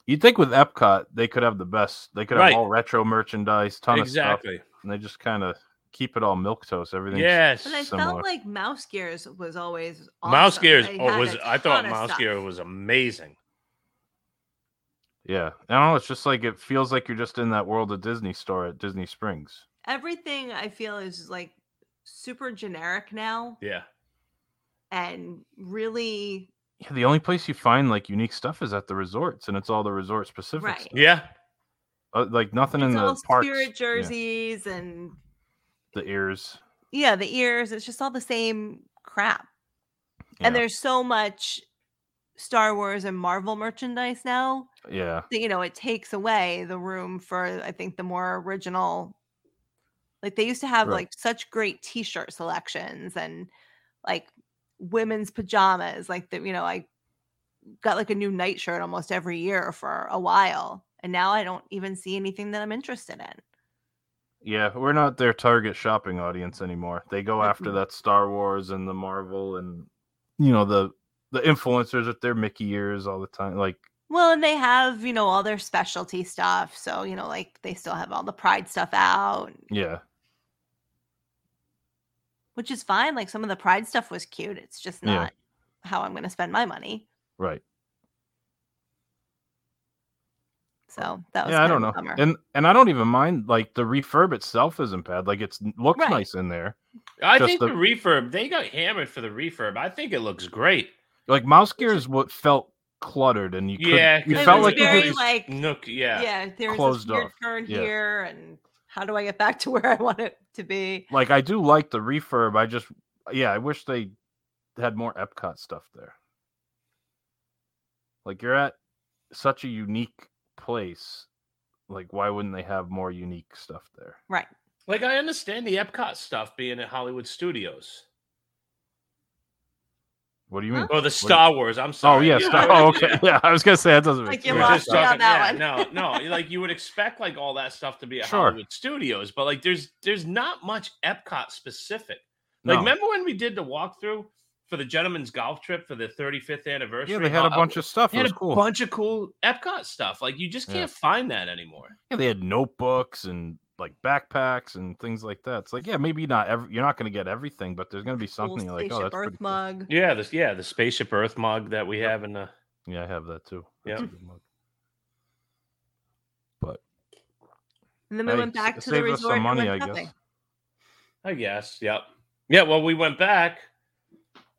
Speaker 6: You'd think with Epcot they could have the best. They could
Speaker 7: Right.
Speaker 6: have all retro merchandise, ton of stuff,
Speaker 7: exactly.
Speaker 6: and they just kind of keep it all milk toast. Everything.
Speaker 7: Yes.
Speaker 8: But I
Speaker 6: Similar.
Speaker 8: felt like Mouse Gears was always awesome.
Speaker 7: Mouse Gears.
Speaker 8: They
Speaker 7: Oh,
Speaker 8: had
Speaker 7: was
Speaker 8: a
Speaker 7: I thought
Speaker 8: ton of
Speaker 7: Mouse
Speaker 8: stuff.
Speaker 7: Gear was amazing.
Speaker 6: Yeah, I don't know. It's just like it feels like you're just in that world of Disney store at Disney Springs.
Speaker 8: everything I feel is like super generic now
Speaker 7: Yeah.
Speaker 8: and really
Speaker 6: Yeah, the only place you find like unique stuff is at the resorts, and it's all the resort specific.
Speaker 8: Right.
Speaker 6: stuff.
Speaker 7: Yeah.
Speaker 6: Uh, like nothing
Speaker 8: it's
Speaker 6: in the
Speaker 8: all
Speaker 6: parks.
Speaker 8: spirit
Speaker 6: yeah,
Speaker 8: jerseys and
Speaker 6: the ears.
Speaker 8: yeah, the ears. It's just all the same crap. And
Speaker 6: Yeah.
Speaker 8: there's so much Star Wars and Marvel merchandise now
Speaker 6: Yeah.
Speaker 8: that you know it takes away the room for I think the more original. Like they used to have
Speaker 6: Right.
Speaker 8: like such great T-shirt selections and like women's pajamas. Like that, you know, I got like a new nightshirt almost every year for a while, and now I don't even see anything that I'm interested in.
Speaker 6: Yeah, we're not their target shopping audience anymore. They go after
Speaker 8: Mhm.
Speaker 6: that Star Wars and the Marvel and you know the the influencers with their Mickey ears all the time. Like
Speaker 8: Well, and they have you know all their specialty stuff, so you know like they still have all the Pride stuff out,
Speaker 6: yeah,
Speaker 8: which is fine. Like some of the Pride stuff was cute. It's just
Speaker 6: Yeah.
Speaker 8: not how I'm going to spend my money.
Speaker 6: right.
Speaker 8: So that was
Speaker 6: Yeah, I
Speaker 8: kind
Speaker 6: don't
Speaker 8: of a
Speaker 6: know.
Speaker 8: bummer.
Speaker 6: And and I don't even mind like the refurb itself isn't bad. Like it's looks
Speaker 8: Right.
Speaker 6: nice in there.
Speaker 7: I
Speaker 6: Just
Speaker 7: think
Speaker 6: the-
Speaker 7: the refurb, they got hammered for the refurb. I think it looks great.
Speaker 6: Like mouse gear is what felt cluttered and you could
Speaker 7: Yeah,
Speaker 6: yeah, you
Speaker 7: It
Speaker 8: it
Speaker 6: felt
Speaker 8: was
Speaker 6: like you
Speaker 8: very
Speaker 6: could,
Speaker 8: like
Speaker 7: Nook,
Speaker 8: yeah,
Speaker 7: yeah.
Speaker 8: there's this
Speaker 6: closed
Speaker 8: weird
Speaker 6: off.
Speaker 8: turn
Speaker 6: Yeah.
Speaker 8: here, and how do I get back to [LAUGHS] where I want it to be?
Speaker 6: like I do like the refurb. I just yeah, I wish they had more Epcot stuff there. Like you're at such a unique place. Like why wouldn't they have more unique stuff there?
Speaker 8: Right.
Speaker 7: Like I understand the Epcot stuff being at Hollywood Studios.
Speaker 6: What do you mean?
Speaker 7: Or the Star Wars. I'm
Speaker 6: Oh
Speaker 7: sorry.
Speaker 6: yeah,
Speaker 7: [LAUGHS] You know,
Speaker 6: Star-
Speaker 7: I
Speaker 6: oh,
Speaker 7: was-
Speaker 6: okay. [LAUGHS] Yeah, I was gonna say that doesn't
Speaker 8: Like
Speaker 6: make
Speaker 8: you
Speaker 7: we
Speaker 6: sense.
Speaker 7: were just
Speaker 8: lost me on
Speaker 7: talking-
Speaker 8: that
Speaker 7: yeah,
Speaker 8: [LAUGHS]
Speaker 7: No, no. Like you would expect like all that stuff to be at
Speaker 6: Sure.
Speaker 7: Hollywood Studios, but like there's there's not much Epcot specific. Like
Speaker 6: No.
Speaker 7: remember when we did the walkthrough for the gentleman's golf trip for the 35th anniversary?
Speaker 6: yeah, they had a
Speaker 7: How-
Speaker 6: bunch of stuff.
Speaker 7: they
Speaker 6: It
Speaker 7: had
Speaker 6: was
Speaker 7: a
Speaker 6: cool.
Speaker 7: bunch of cool Epcot stuff. Like you just
Speaker 6: Yeah.
Speaker 7: can't find that anymore.
Speaker 6: Yeah, they had notebooks and like backpacks and things like that. It's like yeah, maybe not every, you're not gonna get everything, but there's gonna be
Speaker 8: Cool
Speaker 6: something you're like oh
Speaker 8: spaceship
Speaker 6: that's pretty
Speaker 8: Earth
Speaker 6: cool.
Speaker 8: mug.
Speaker 7: Yeah, this yeah, the spaceship Earth mug that we have in the
Speaker 6: Yeah, I have that too.
Speaker 7: Yep.
Speaker 6: That's a good mug.
Speaker 8: And then we
Speaker 6: Hey,
Speaker 8: went
Speaker 6: s-
Speaker 8: back
Speaker 6: it
Speaker 8: to the
Speaker 6: saves us
Speaker 8: resort.
Speaker 6: some
Speaker 8: and
Speaker 6: money,
Speaker 8: went
Speaker 6: I
Speaker 8: shopping.
Speaker 6: guess.
Speaker 7: I guess. Yep. Yeah, well, we went back,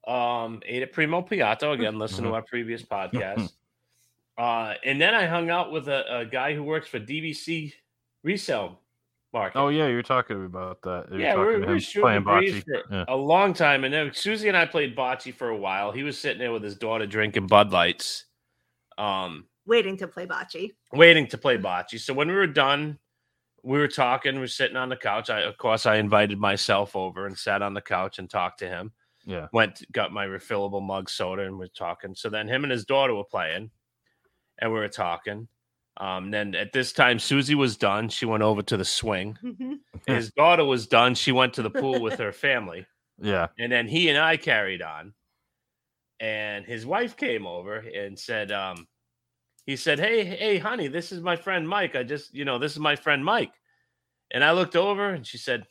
Speaker 7: um, ate at Primo Piatto again, listen to
Speaker 6: Mhm. [LAUGHS]
Speaker 7: our previous podcast. uh, and then I hung out with a, a guy who works for DVC resale market.
Speaker 6: Oh yeah, you're talking about that. You're
Speaker 7: yeah, we
Speaker 6: talking
Speaker 7: were,
Speaker 6: to
Speaker 7: we were
Speaker 6: him
Speaker 7: shooting the
Speaker 6: bocce.
Speaker 7: breeze for
Speaker 6: Yeah.
Speaker 7: a long time. And then Susie and I played bocce for a while. He was sitting there with his daughter drinking Bud Lights. Um,
Speaker 8: Waiting to play bocce. [LAUGHS]
Speaker 7: waiting to play bocce. So when we were done, we were talking, we were sitting on the couch. I of course I invited myself over and sat on the couch and talked to him.
Speaker 6: Yeah.
Speaker 7: Went got my refillable mug soda and we're talking. So then him and his daughter were playing and we were talking. Um, then at this time Susie was done. She went over to the swing. His daughter was done. She went to the pool with her family.
Speaker 6: Yeah. [LAUGHS]
Speaker 7: And then he and I carried on. And his wife came over and said, um, he said, Hey, hey, honey, this is my friend Mike. I just, you know, this is my friend Mike. And I looked over and she said,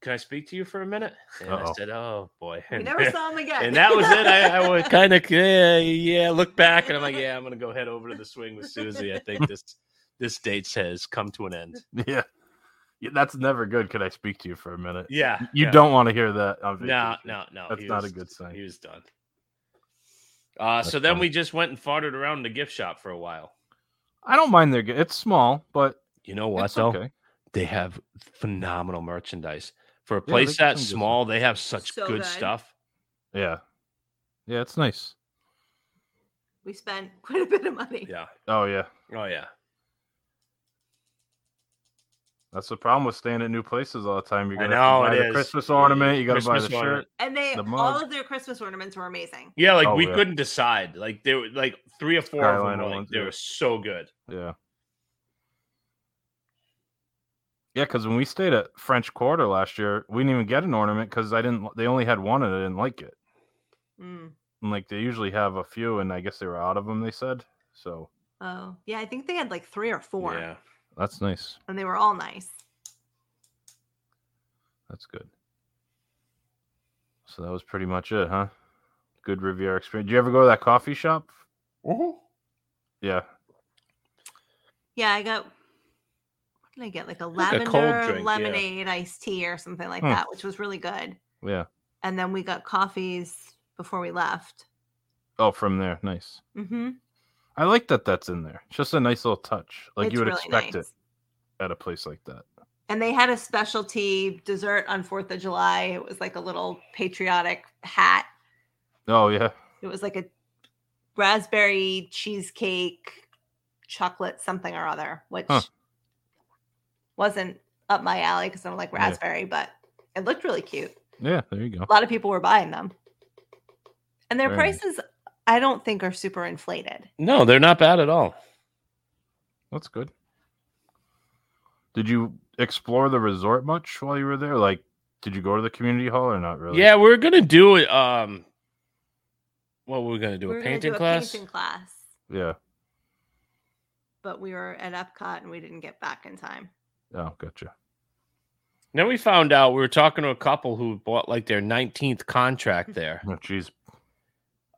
Speaker 7: Can I speak to you for a minute? And I
Speaker 6: Uh-oh.
Speaker 7: said, Oh boy. [LAUGHS]
Speaker 8: we
Speaker 7: And,
Speaker 8: never saw him again.
Speaker 7: and that was it. I,
Speaker 8: [LAUGHS]
Speaker 7: I would kind of yeah, yeah, look back and I'm like, Yeah, I'm gonna go head over to the swing with Susie. I think this this date has come to an end.
Speaker 6: Yeah. Yeah, that's never good. Could I speak to you for a minute?
Speaker 7: Yeah.
Speaker 6: You
Speaker 7: yeah.
Speaker 6: don't want to hear that on
Speaker 7: No,
Speaker 6: vacation.
Speaker 7: no, no.
Speaker 6: That's
Speaker 7: he
Speaker 6: not a good sign.
Speaker 7: He was done. Uh, so
Speaker 6: That's
Speaker 7: then
Speaker 6: funny.
Speaker 7: we just went and farted around in the gift shop for a while.
Speaker 6: I don't mind their. g- It's small, but
Speaker 7: You know what
Speaker 6: it's
Speaker 7: though?
Speaker 6: okay.
Speaker 7: They have phenomenal merchandise for a
Speaker 6: they
Speaker 7: place
Speaker 6: got
Speaker 7: that
Speaker 6: some good
Speaker 7: small. They have such
Speaker 8: So
Speaker 7: good
Speaker 8: good.
Speaker 7: stuff.
Speaker 6: Yeah, yeah, it's nice.
Speaker 8: We spent quite a bit of money.
Speaker 7: Yeah.
Speaker 6: Oh yeah,
Speaker 7: Oh yeah.
Speaker 6: that's the problem with staying at new places all the time. You
Speaker 7: I
Speaker 6: gotta
Speaker 7: know,
Speaker 6: buy
Speaker 7: it
Speaker 6: the
Speaker 7: is.
Speaker 6: Christmas ornament. You gotta buy
Speaker 7: Christmas
Speaker 6: the
Speaker 7: ornament.
Speaker 6: shirt.
Speaker 8: And they
Speaker 6: The
Speaker 8: all
Speaker 6: mug.
Speaker 8: of their Christmas ornaments were amazing.
Speaker 7: Yeah, like
Speaker 6: Oh,
Speaker 7: we
Speaker 6: yeah.
Speaker 7: couldn't decide. Like there were like three or four of them.
Speaker 6: Skyliner
Speaker 7: Were, like,
Speaker 6: ones,
Speaker 7: they
Speaker 6: yeah.
Speaker 7: were so good.
Speaker 6: Yeah. Yeah, because when we stayed at French Quarter last year, we didn't even get an ornament because I didn't. They only had one and I didn't like it.
Speaker 8: Mm.
Speaker 6: And like they usually have a few, and I guess they were out of them. They said so.
Speaker 8: Oh, yeah. I think they had like three or four,
Speaker 7: Yeah.
Speaker 6: That's nice.
Speaker 8: and they were all nice.
Speaker 6: That's good. So that was pretty much it, huh? Good Riviera experience. Did you ever go to that coffee shop?
Speaker 7: Mm-hmm.
Speaker 6: Yeah.
Speaker 8: Yeah, I got. What did I get? Like a
Speaker 7: Like a cold
Speaker 8: lavender
Speaker 7: drink, yeah.
Speaker 8: lemonade iced tea or something like
Speaker 6: Hmm.
Speaker 8: that, which was really good.
Speaker 6: Yeah.
Speaker 8: And then we got coffees before we left.
Speaker 6: Oh, from there. Nice.
Speaker 8: Mm-hmm.
Speaker 6: I like that that's in there. It's just a nice little touch. Like you would expect it at a place like that.
Speaker 8: And they had a specialty dessert on Fourth of July. It was like a little patriotic hat.
Speaker 6: Oh, yeah.
Speaker 8: It was like a raspberry cheesecake, chocolate something or other, which
Speaker 6: Huh.
Speaker 8: wasn't up my alley because I don't like
Speaker 6: Yeah.
Speaker 8: raspberry, but it looked really cute.
Speaker 6: Yeah. There you go.
Speaker 8: A lot of people were buying them, and their
Speaker 6: Very nice.
Speaker 8: prices I don't think are super inflated.
Speaker 7: No, they're not bad at all.
Speaker 6: That's good. Did you explore the resort much while you were there? Like, did you go to the community hall or not really?
Speaker 7: Yeah, we we're gonna do it. Um, what were we gonna do?
Speaker 8: We
Speaker 7: a
Speaker 8: were gonna
Speaker 7: painting
Speaker 8: do
Speaker 7: class?
Speaker 8: painting class,
Speaker 6: Yeah.
Speaker 8: but we were at Epcot and we didn't get back in time.
Speaker 6: Oh, gotcha.
Speaker 7: Then we found out we were talking to a couple who bought like their 19th contract there.
Speaker 6: Oh, jeez.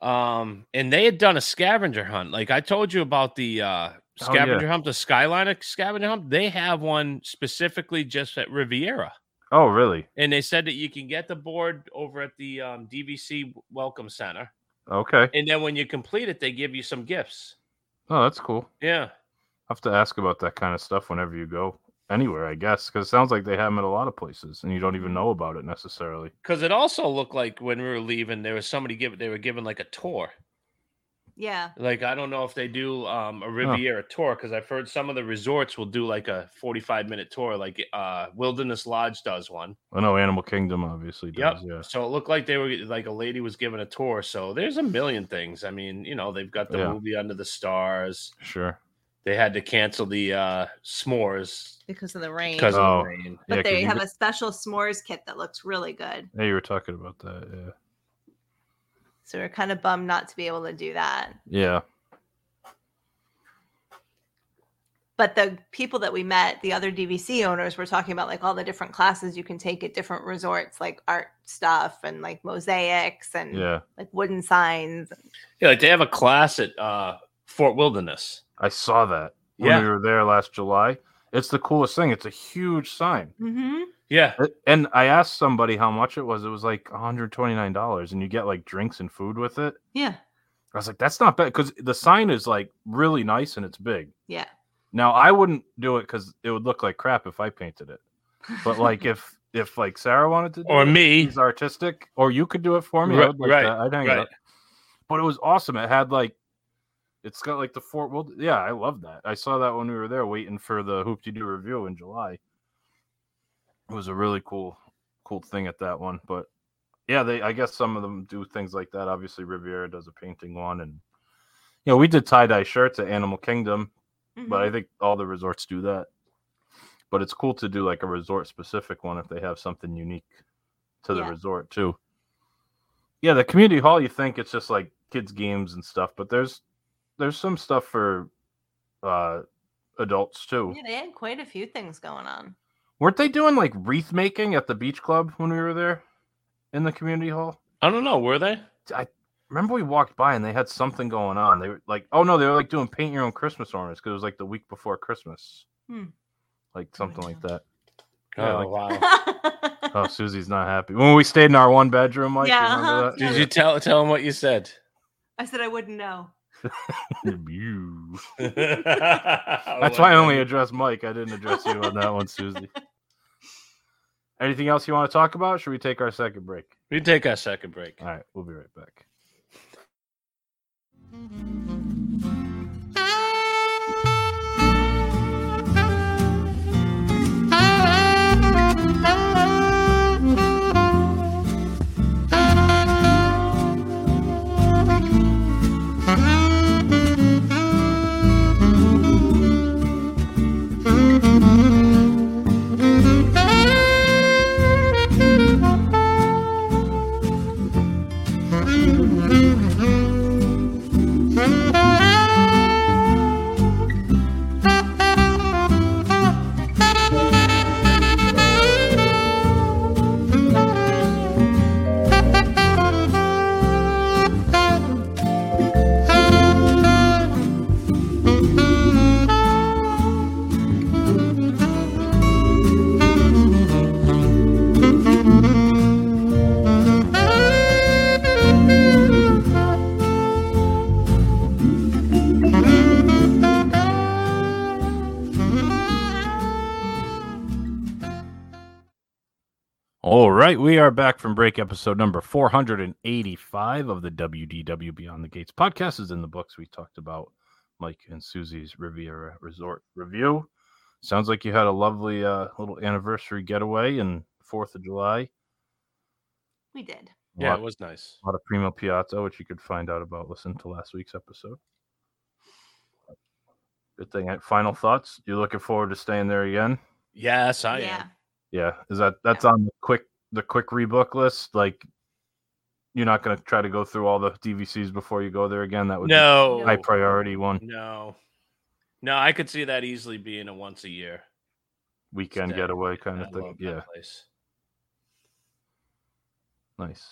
Speaker 7: Um, and they had done a scavenger hunt. Like I told you about the uh
Speaker 6: yeah.
Speaker 7: scavenger hunt, the Skyliner scavenger hunt. They have one specifically just at Riviera.
Speaker 6: Oh, really?
Speaker 7: And they said that you can get the board over at the um, DVC Welcome Center.
Speaker 6: Okay.
Speaker 7: And then when you complete it, they give you some gifts.
Speaker 6: Oh, that's cool.
Speaker 7: Yeah.
Speaker 6: I'll have to ask about that kind of stuff whenever you go anywhere, I guess, because it sounds like they have them at a lot of places, and you don't even know about it necessarily.
Speaker 7: Because it also looked like when we were leaving, there was somebody give they were given like a tour.
Speaker 8: Yeah,
Speaker 7: Like I don't know if they do um, a Riviera tour because I've heard some of the resorts will do like a forty-five minute tour, like uh, Wilderness Lodge does one.
Speaker 6: I know Animal Kingdom obviously does. Yeah.
Speaker 7: So it looked like they were like a lady was given a tour. So there's a million things. I mean, you know, they've got the
Speaker 6: Yeah.
Speaker 7: movie Under the Stars.
Speaker 6: Sure.
Speaker 7: They had to cancel the uh, s'mores
Speaker 8: because of the rain.
Speaker 7: because of
Speaker 6: Oh.
Speaker 7: the rain.
Speaker 8: But
Speaker 6: yeah, 'cause
Speaker 8: they
Speaker 6: you
Speaker 8: have
Speaker 6: go-
Speaker 8: a special s'mores kit that looks really good.
Speaker 6: Yeah, you were talking about that.
Speaker 8: So we're kind of bummed not to be able to do that.
Speaker 6: Yeah. Yeah.
Speaker 8: But the people that we met, the other DVC owners, were talking about like all the different classes you can take at different resorts, like art stuff and like mosaics and
Speaker 6: Yeah.
Speaker 8: like wooden signs.
Speaker 7: Yeah, like they have a class at uh, Fort Wilderness.
Speaker 6: I saw that when
Speaker 7: Yeah.
Speaker 6: we were there last July. It's the coolest thing. It's a huge sign.
Speaker 8: Mm-hmm.
Speaker 7: Yeah.
Speaker 6: It- Er, And I asked somebody how much it was. It was like $129, and you get like drinks and food with it.
Speaker 8: Yeah.
Speaker 6: I was like, that's not bad because the sign is like really nice and it's big.
Speaker 8: Yeah.
Speaker 6: Now I wouldn't do it because it would look like crap if I painted it. But
Speaker 8: [LAUGHS]
Speaker 6: like if if like Sarah wanted to, do
Speaker 7: Or
Speaker 6: it,
Speaker 7: me.
Speaker 6: she's artistic, or you could do it for me. I
Speaker 7: Right-
Speaker 6: would like
Speaker 7: right,
Speaker 6: that. I'd hang it
Speaker 7: right.
Speaker 6: up. But it was awesome. It had like, it's got like the Fort World. Yeah, I love that. I saw that when we were there waiting for the Hoop to Do review in July. It was a really cool, cool thing at that one. But yeah, they I guess some of them do things like that. Obviously, Riviera does a painting one, and you know we did tie dye shirts at Animal Kingdom
Speaker 8: Mm-hmm.
Speaker 6: but I think all the resorts do that. But it's cool to do like a resort specific one if they have something unique to the
Speaker 8: Yeah.
Speaker 6: resort too. Yeah, the community hall you think it's just like kids games and stuff, but there's there's some stuff for uh adults too.
Speaker 8: yeah, they had quite a few things going on.
Speaker 6: Weren't they doing like wreath making at the beach club when we were there in the community hall?
Speaker 7: I don't know. Were they?
Speaker 6: Remember we walked by and they had something going on. They were like, oh no, they were like doing paint your own Christmas ornaments because it was like the week before Christmas,
Speaker 8: Hmm.
Speaker 6: like something like that. Yeah,
Speaker 7: Oh,
Speaker 6: like-
Speaker 7: wow.
Speaker 6: Oh, Susie's not happy. When we stayed in our one bedroom, Mike, you
Speaker 8: Yeah,
Speaker 6: remember
Speaker 8: uh-huh.
Speaker 6: that?
Speaker 8: Yeah.
Speaker 6: [LAUGHS]
Speaker 7: Did you tell tell them what you said?
Speaker 8: [LAUGHS] I said I wouldn't know.
Speaker 7: [LAUGHS]
Speaker 6: You.
Speaker 7: That's
Speaker 6: [LAUGHS] That's why I only addressed Mike. I didn't address you on that one, Susie.
Speaker 8: [LAUGHS]
Speaker 6: Anything else you want to talk about? Should we take our second break?
Speaker 7: we take our second break.
Speaker 6: All right, we'll be right back. All right, we are back from break. Episode number 485 of the WDW Beyond the Gates podcast is in the books. We talked about Mike and Susie's Riviera Resort review. Sounds like you had a lovely uh, little anniversary getaway and 4th of July.
Speaker 8: We did.
Speaker 7: Yeah,
Speaker 6: Lot-
Speaker 7: it was nice.
Speaker 6: a lot of Primo Piazza, which you could find out about. Listen to last week's episode. Good thing. Final thoughts. You're looking forward to staying there again.
Speaker 7: Yes, I
Speaker 8: yeah.
Speaker 7: am.
Speaker 6: Yeah, is that that's on the quick the quick rebook list? Like, you're not going to try to go through all the DVCs before you go there again. That would
Speaker 7: No,
Speaker 6: be high priority one
Speaker 7: no, no. I could see that easily being a once a year
Speaker 6: weekend
Speaker 7: Stay.
Speaker 6: getaway kind
Speaker 7: I
Speaker 6: of thing.
Speaker 7: love that
Speaker 6: Yeah,
Speaker 7: place.
Speaker 6: nice.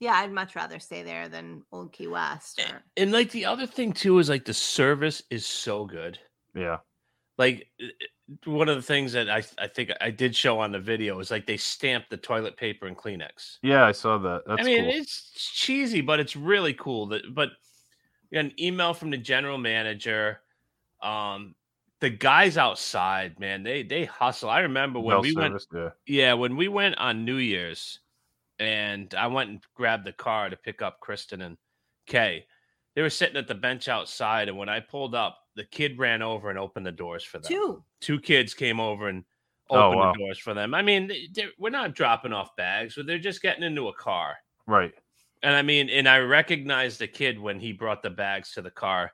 Speaker 8: Yeah, I'd much rather stay there than Old Key West. Or...
Speaker 7: And like the other thing too is like the service is so good.
Speaker 6: Yeah,
Speaker 7: Like it- it- one of the things that I I think I did show on the video is like they stamp the toilet paper and Kleenex.
Speaker 6: yeah, I saw that. That's
Speaker 7: I mean,
Speaker 6: cool.
Speaker 7: it's cheesy, but it's really cool. That, but we got an email from the general manager. Um, the guys outside, man, they they hustle. I remember when
Speaker 6: Bell
Speaker 7: we went,
Speaker 6: service, yeah.
Speaker 7: yeah, when we went on New Year's, and I went and grabbed the car to pick up Kristen and Kay. They were sitting at the bench outside, and when I pulled up, the kid ran over and opened the doors for them
Speaker 8: Two.
Speaker 7: two kids came over and
Speaker 6: Oh,
Speaker 7: opened
Speaker 6: wow.
Speaker 7: the doors for them. I mean, they- they're- we're not dropping off bags, but they're just getting into a car.
Speaker 6: Right.
Speaker 7: And I mean, and I recognized the kid when he brought the bags to the car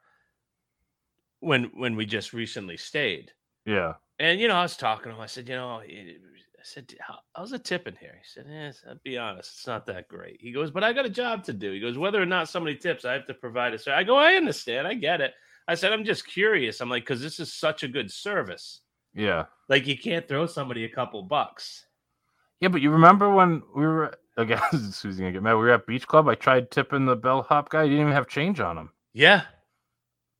Speaker 7: when when we just recently stayed.
Speaker 6: Yeah.
Speaker 7: And you know, I was talking to him. I said, you know, I said, "How- how's the tip in here? He said, eh, it's- I'll be honest, it's not that great. He goes, but I got a job to do. He goes, whether or not somebody tips, I have to provide a service. I go, I understand, I get it. I said, I'm just curious. I'm like, because this is such a good service.
Speaker 6: Yeah.
Speaker 7: Like you can't throw somebody a couple bucks.
Speaker 6: Yeah, but you remember when we were [LAUGHS] again, Susie gonna get mad. We were at Beach Club. I tried tipping the bellhop guy. He didn't even have change on him.
Speaker 7: Yeah.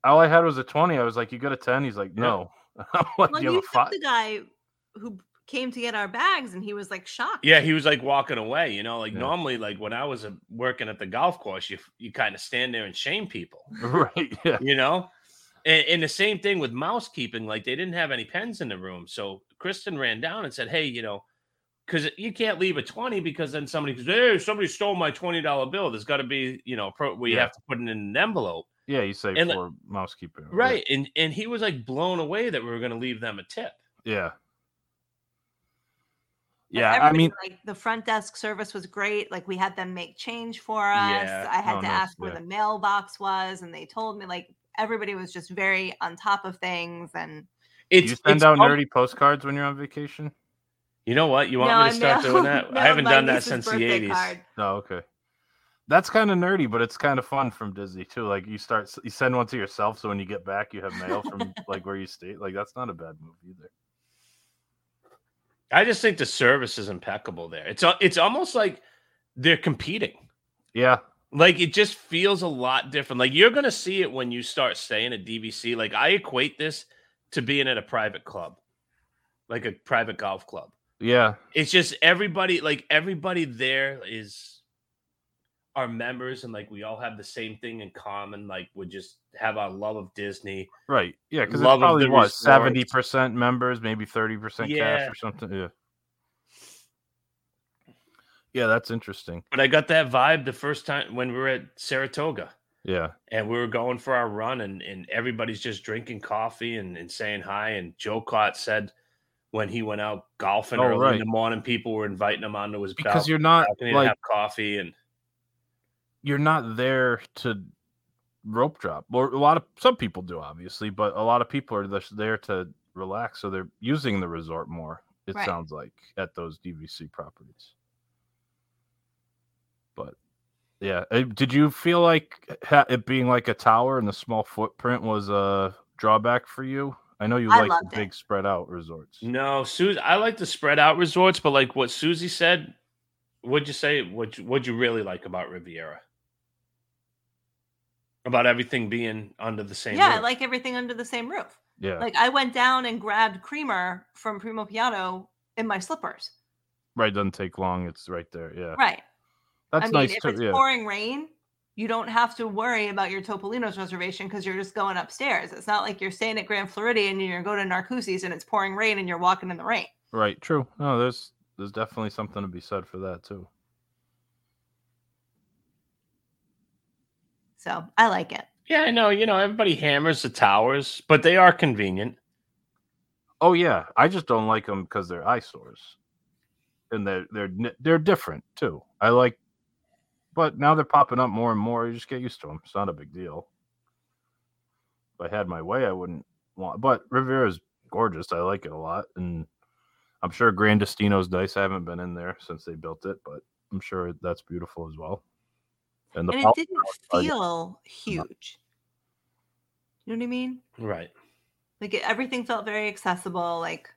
Speaker 6: All I had was a twenty. I was like, "You got a 10? He's like,
Speaker 7: Yeah.
Speaker 6: "No." [LAUGHS] I'm like,
Speaker 8: Well,
Speaker 6: "You have
Speaker 8: you
Speaker 6: a
Speaker 8: took
Speaker 6: five?
Speaker 8: the guy who came to get our bags, and he was like shocked. [LAUGHS]
Speaker 7: Yeah, he was like walking away, you know, like
Speaker 6: Yeah.
Speaker 7: normally like when I was uh, working at the golf course, you you kind of stand there and shame people,
Speaker 6: [LAUGHS] right? Yeah,
Speaker 7: you know? And, and the same thing with mouse keeping, like they didn't have any pens in the room. So Kristen ran down and said, "Hey, you know, cuz you can't leave a 20 because then somebody goes, "Hey, somebody stole my $20 bill. There's got to be, you know, pro- we
Speaker 6: Yeah.
Speaker 7: have to put it in an envelope."
Speaker 6: yeah. You say
Speaker 7: And, like-
Speaker 6: for mousekeeping, yeah,
Speaker 7: Right. And and he was like blown away that we were going to leave them a tip.
Speaker 6: Yeah,
Speaker 8: But
Speaker 6: yeah. I
Speaker 8: everybody,
Speaker 6: mean,
Speaker 8: like the front desk service was great. Like we had them make change for us.
Speaker 7: Yeah.
Speaker 8: I had
Speaker 6: Oh,
Speaker 8: to
Speaker 6: nice.
Speaker 8: ask where
Speaker 6: Yeah.
Speaker 8: the mailbox was, and they told me like everybody was just very on top of things. And
Speaker 6: do
Speaker 7: It's
Speaker 6: you send
Speaker 7: it's
Speaker 6: out
Speaker 7: un-
Speaker 6: nerdy postcards when you're on vacation?
Speaker 7: You know what? You want
Speaker 8: No,
Speaker 7: me to start
Speaker 8: no-
Speaker 7: doing
Speaker 8: [LAUGHS]
Speaker 7: that?
Speaker 8: no,
Speaker 7: I haven't
Speaker 8: my
Speaker 7: done that
Speaker 8: niece's
Speaker 7: since the
Speaker 8: birthday
Speaker 7: 80s.
Speaker 8: card.
Speaker 6: Oh, okay. That's kind of nerdy, but it's kind of fun from Disney too. Like you start, you send one to yourself, so when you get back, you have mail
Speaker 7: [LAUGHS]
Speaker 6: from like where you stay. Like that's not a bad move either.
Speaker 7: I just think the service is impeccable there. It's al- it's almost like they're competing.
Speaker 6: Yeah,
Speaker 7: Like it just feels a lot different. Like you're gonna see it when you start staying at DVC. Like I equate this to being at a private club, like a private golf club.
Speaker 6: yeah.
Speaker 7: It's just everybody, like everybody there is are members and like we all have the same thing in common, like we just have our love of Disney.
Speaker 6: Right. Yeah, because it's
Speaker 7: Love of
Speaker 6: probably
Speaker 7: the
Speaker 6: what
Speaker 7: resort.
Speaker 6: seventy percent members, maybe thirty percent
Speaker 7: Yeah.
Speaker 6: cash or something. Yeah. Yeah, that's interesting.
Speaker 7: But I got that vibe the first time when we were at Saratoga.
Speaker 6: Yeah.
Speaker 7: and we were going for our run and, and everybody's just drinking coffee and, and saying hi and joe cott said when he went out golfing
Speaker 6: Oh,
Speaker 7: early
Speaker 6: right.
Speaker 7: in the morning people were inviting him onto his
Speaker 6: Because
Speaker 7: balcony,
Speaker 6: you're not
Speaker 7: balcony to
Speaker 6: like
Speaker 7: have coffee and
Speaker 6: you're not there to rope drop. Or a lot of some people do obviously, but a lot of people are just there to relax, so they're using the resort more. It
Speaker 8: Right.
Speaker 6: sounds like at those DVC properties. But yeah, eh, did you feel like eh, ha- it being like a tower and the small footprint was a drawback for you? I know you
Speaker 8: I
Speaker 6: like the
Speaker 8: loved it.
Speaker 6: big spread out resorts.
Speaker 7: no Susie, i like the spread out resorts but like what susie said what'd you say what what'd you really like about riviera about everything being under the same
Speaker 8: yeah, I
Speaker 7: roof.
Speaker 8: like everything under the same roof.
Speaker 6: Yeah,
Speaker 8: Like I went down and grabbed creamer from Primo Piatto in my slippers.
Speaker 6: right. Doesn't take long. It's right there. Yeah,
Speaker 8: Right.
Speaker 6: that's
Speaker 8: I mean,
Speaker 6: nice
Speaker 8: if
Speaker 6: too.
Speaker 8: it's
Speaker 6: Yeah,
Speaker 8: pouring rain, you don't have to worry about your Topolino's reservation because you're just going upstairs. It's not like you're staying at Grand Floridian and you're going to Narcoosie's and it's pouring rain and you're walking in the rain.
Speaker 6: Right. True. No, there's there's definitely something to be said for that too.
Speaker 8: So I like it.
Speaker 7: yeah i know you know everybody hammers the towers but they are convenient
Speaker 6: Oh yeah, I just don't like them because they're eyesores, and they're they're ni- they're different too. I like, but now they're popping up more and more. You just get used to them. It's not a big deal. If I had my way, I wouldn't want. But Riviera's gorgeous. I like it a lot, and I'm sure Grandestino's nice. I haven't been in there since they built it, but I'm sure that's beautiful as well. And the
Speaker 8: and
Speaker 6: Pal-
Speaker 8: it didn't
Speaker 6: I-
Speaker 8: feel huge. You know what I mean?
Speaker 7: right
Speaker 8: Like it, everything felt very accessible. Like,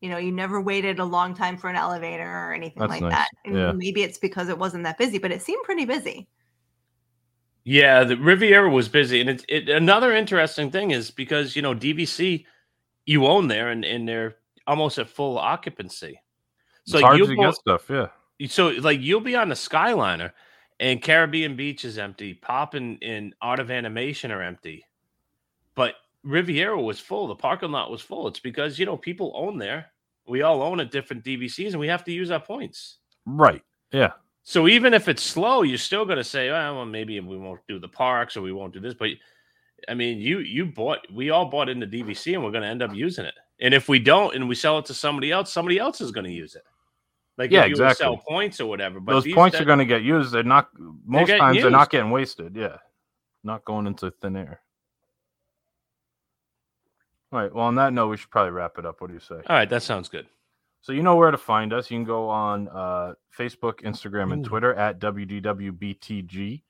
Speaker 8: you know, you never waited a long time for an elevator or anything
Speaker 6: That's
Speaker 8: like
Speaker 6: nice.
Speaker 8: that. And
Speaker 6: Yeah.
Speaker 8: maybe it's because it wasn't that busy, but it seemed pretty busy.
Speaker 7: Yeah, the Riviera was busy, and it's it, another interesting thing is because you know DVC, you own there, and, and they're almost at full occupancy.
Speaker 6: it's hard
Speaker 7: you
Speaker 6: to
Speaker 7: go-
Speaker 6: get stuff. Yeah.
Speaker 7: So like you'll be on the Skyliner, and Caribbean Beach is empty. Pop and, and Art of Animation are empty, but Riviera was full. The parking lot was full. It's because you know people own there. We all own at different DVCs, and we have to use our points.
Speaker 6: Right. Yeah.
Speaker 7: So even if it's slow, you're still going to say, "Oh, well, maybe we won't do the parks or we won't do this." But I mean, you you bought, we all bought into DVC, and we're going to end up using it. And if we don't, and we sell it to somebody else, somebody else is going to use it. Like
Speaker 6: Yeah,
Speaker 7: if you were to
Speaker 6: exactly.
Speaker 7: sell points or whatever. But
Speaker 6: those
Speaker 7: these
Speaker 6: points
Speaker 7: that-
Speaker 6: are going to get used. They're not most
Speaker 7: getting
Speaker 6: times they're not
Speaker 7: used.
Speaker 6: getting wasted. Yeah, not going into thin air. All right. Well, on that note, we should probably wrap it up. What do you say?
Speaker 7: All right, that sounds good.
Speaker 6: So you know where to find us. You can go on uh, Facebook, Instagram, and
Speaker 7: Ooh.
Speaker 6: Twitter at WDWBTG.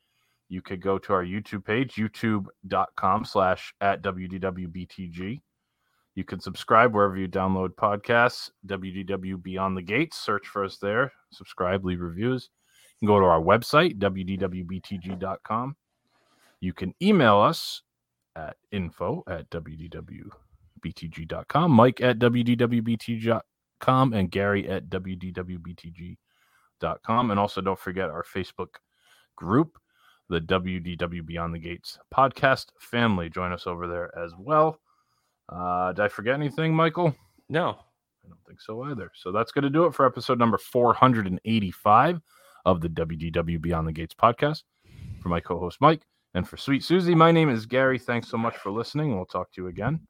Speaker 6: You could go to our YouTube page, youtube.com slash at WDWBTG. You can subscribe wherever you download podcasts, WDW Beyond the Gates. Search for us there. Subscribe, leave reviews. You can go to our website, WDWBTG.com. You can email us at info at WDWBTG.com, Mike at WDWBTG.com com and Gary at wdwbtg.com. And also don't forget our Facebook group, the WDW Beyond the Gates podcast family. Join us over there as well. Uh, did I forget anything, Michael?
Speaker 7: No,
Speaker 6: I don't think so either. So that's going to do it for episode number 485 of the WDW Beyond the Gates podcast. For my co host, Mike, and for Sweet Susie, my name is Gary. Thanks so much for listening. and We'll talk to you again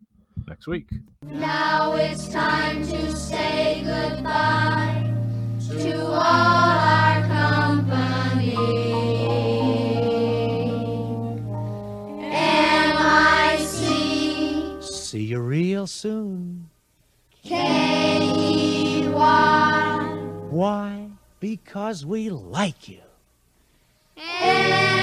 Speaker 6: next week.
Speaker 9: Now it's time to say goodbye to all our company. M-I-C.
Speaker 2: See you real soon.
Speaker 9: K-E-Y. E
Speaker 2: Why? Because we like you.
Speaker 9: M-I-C. E.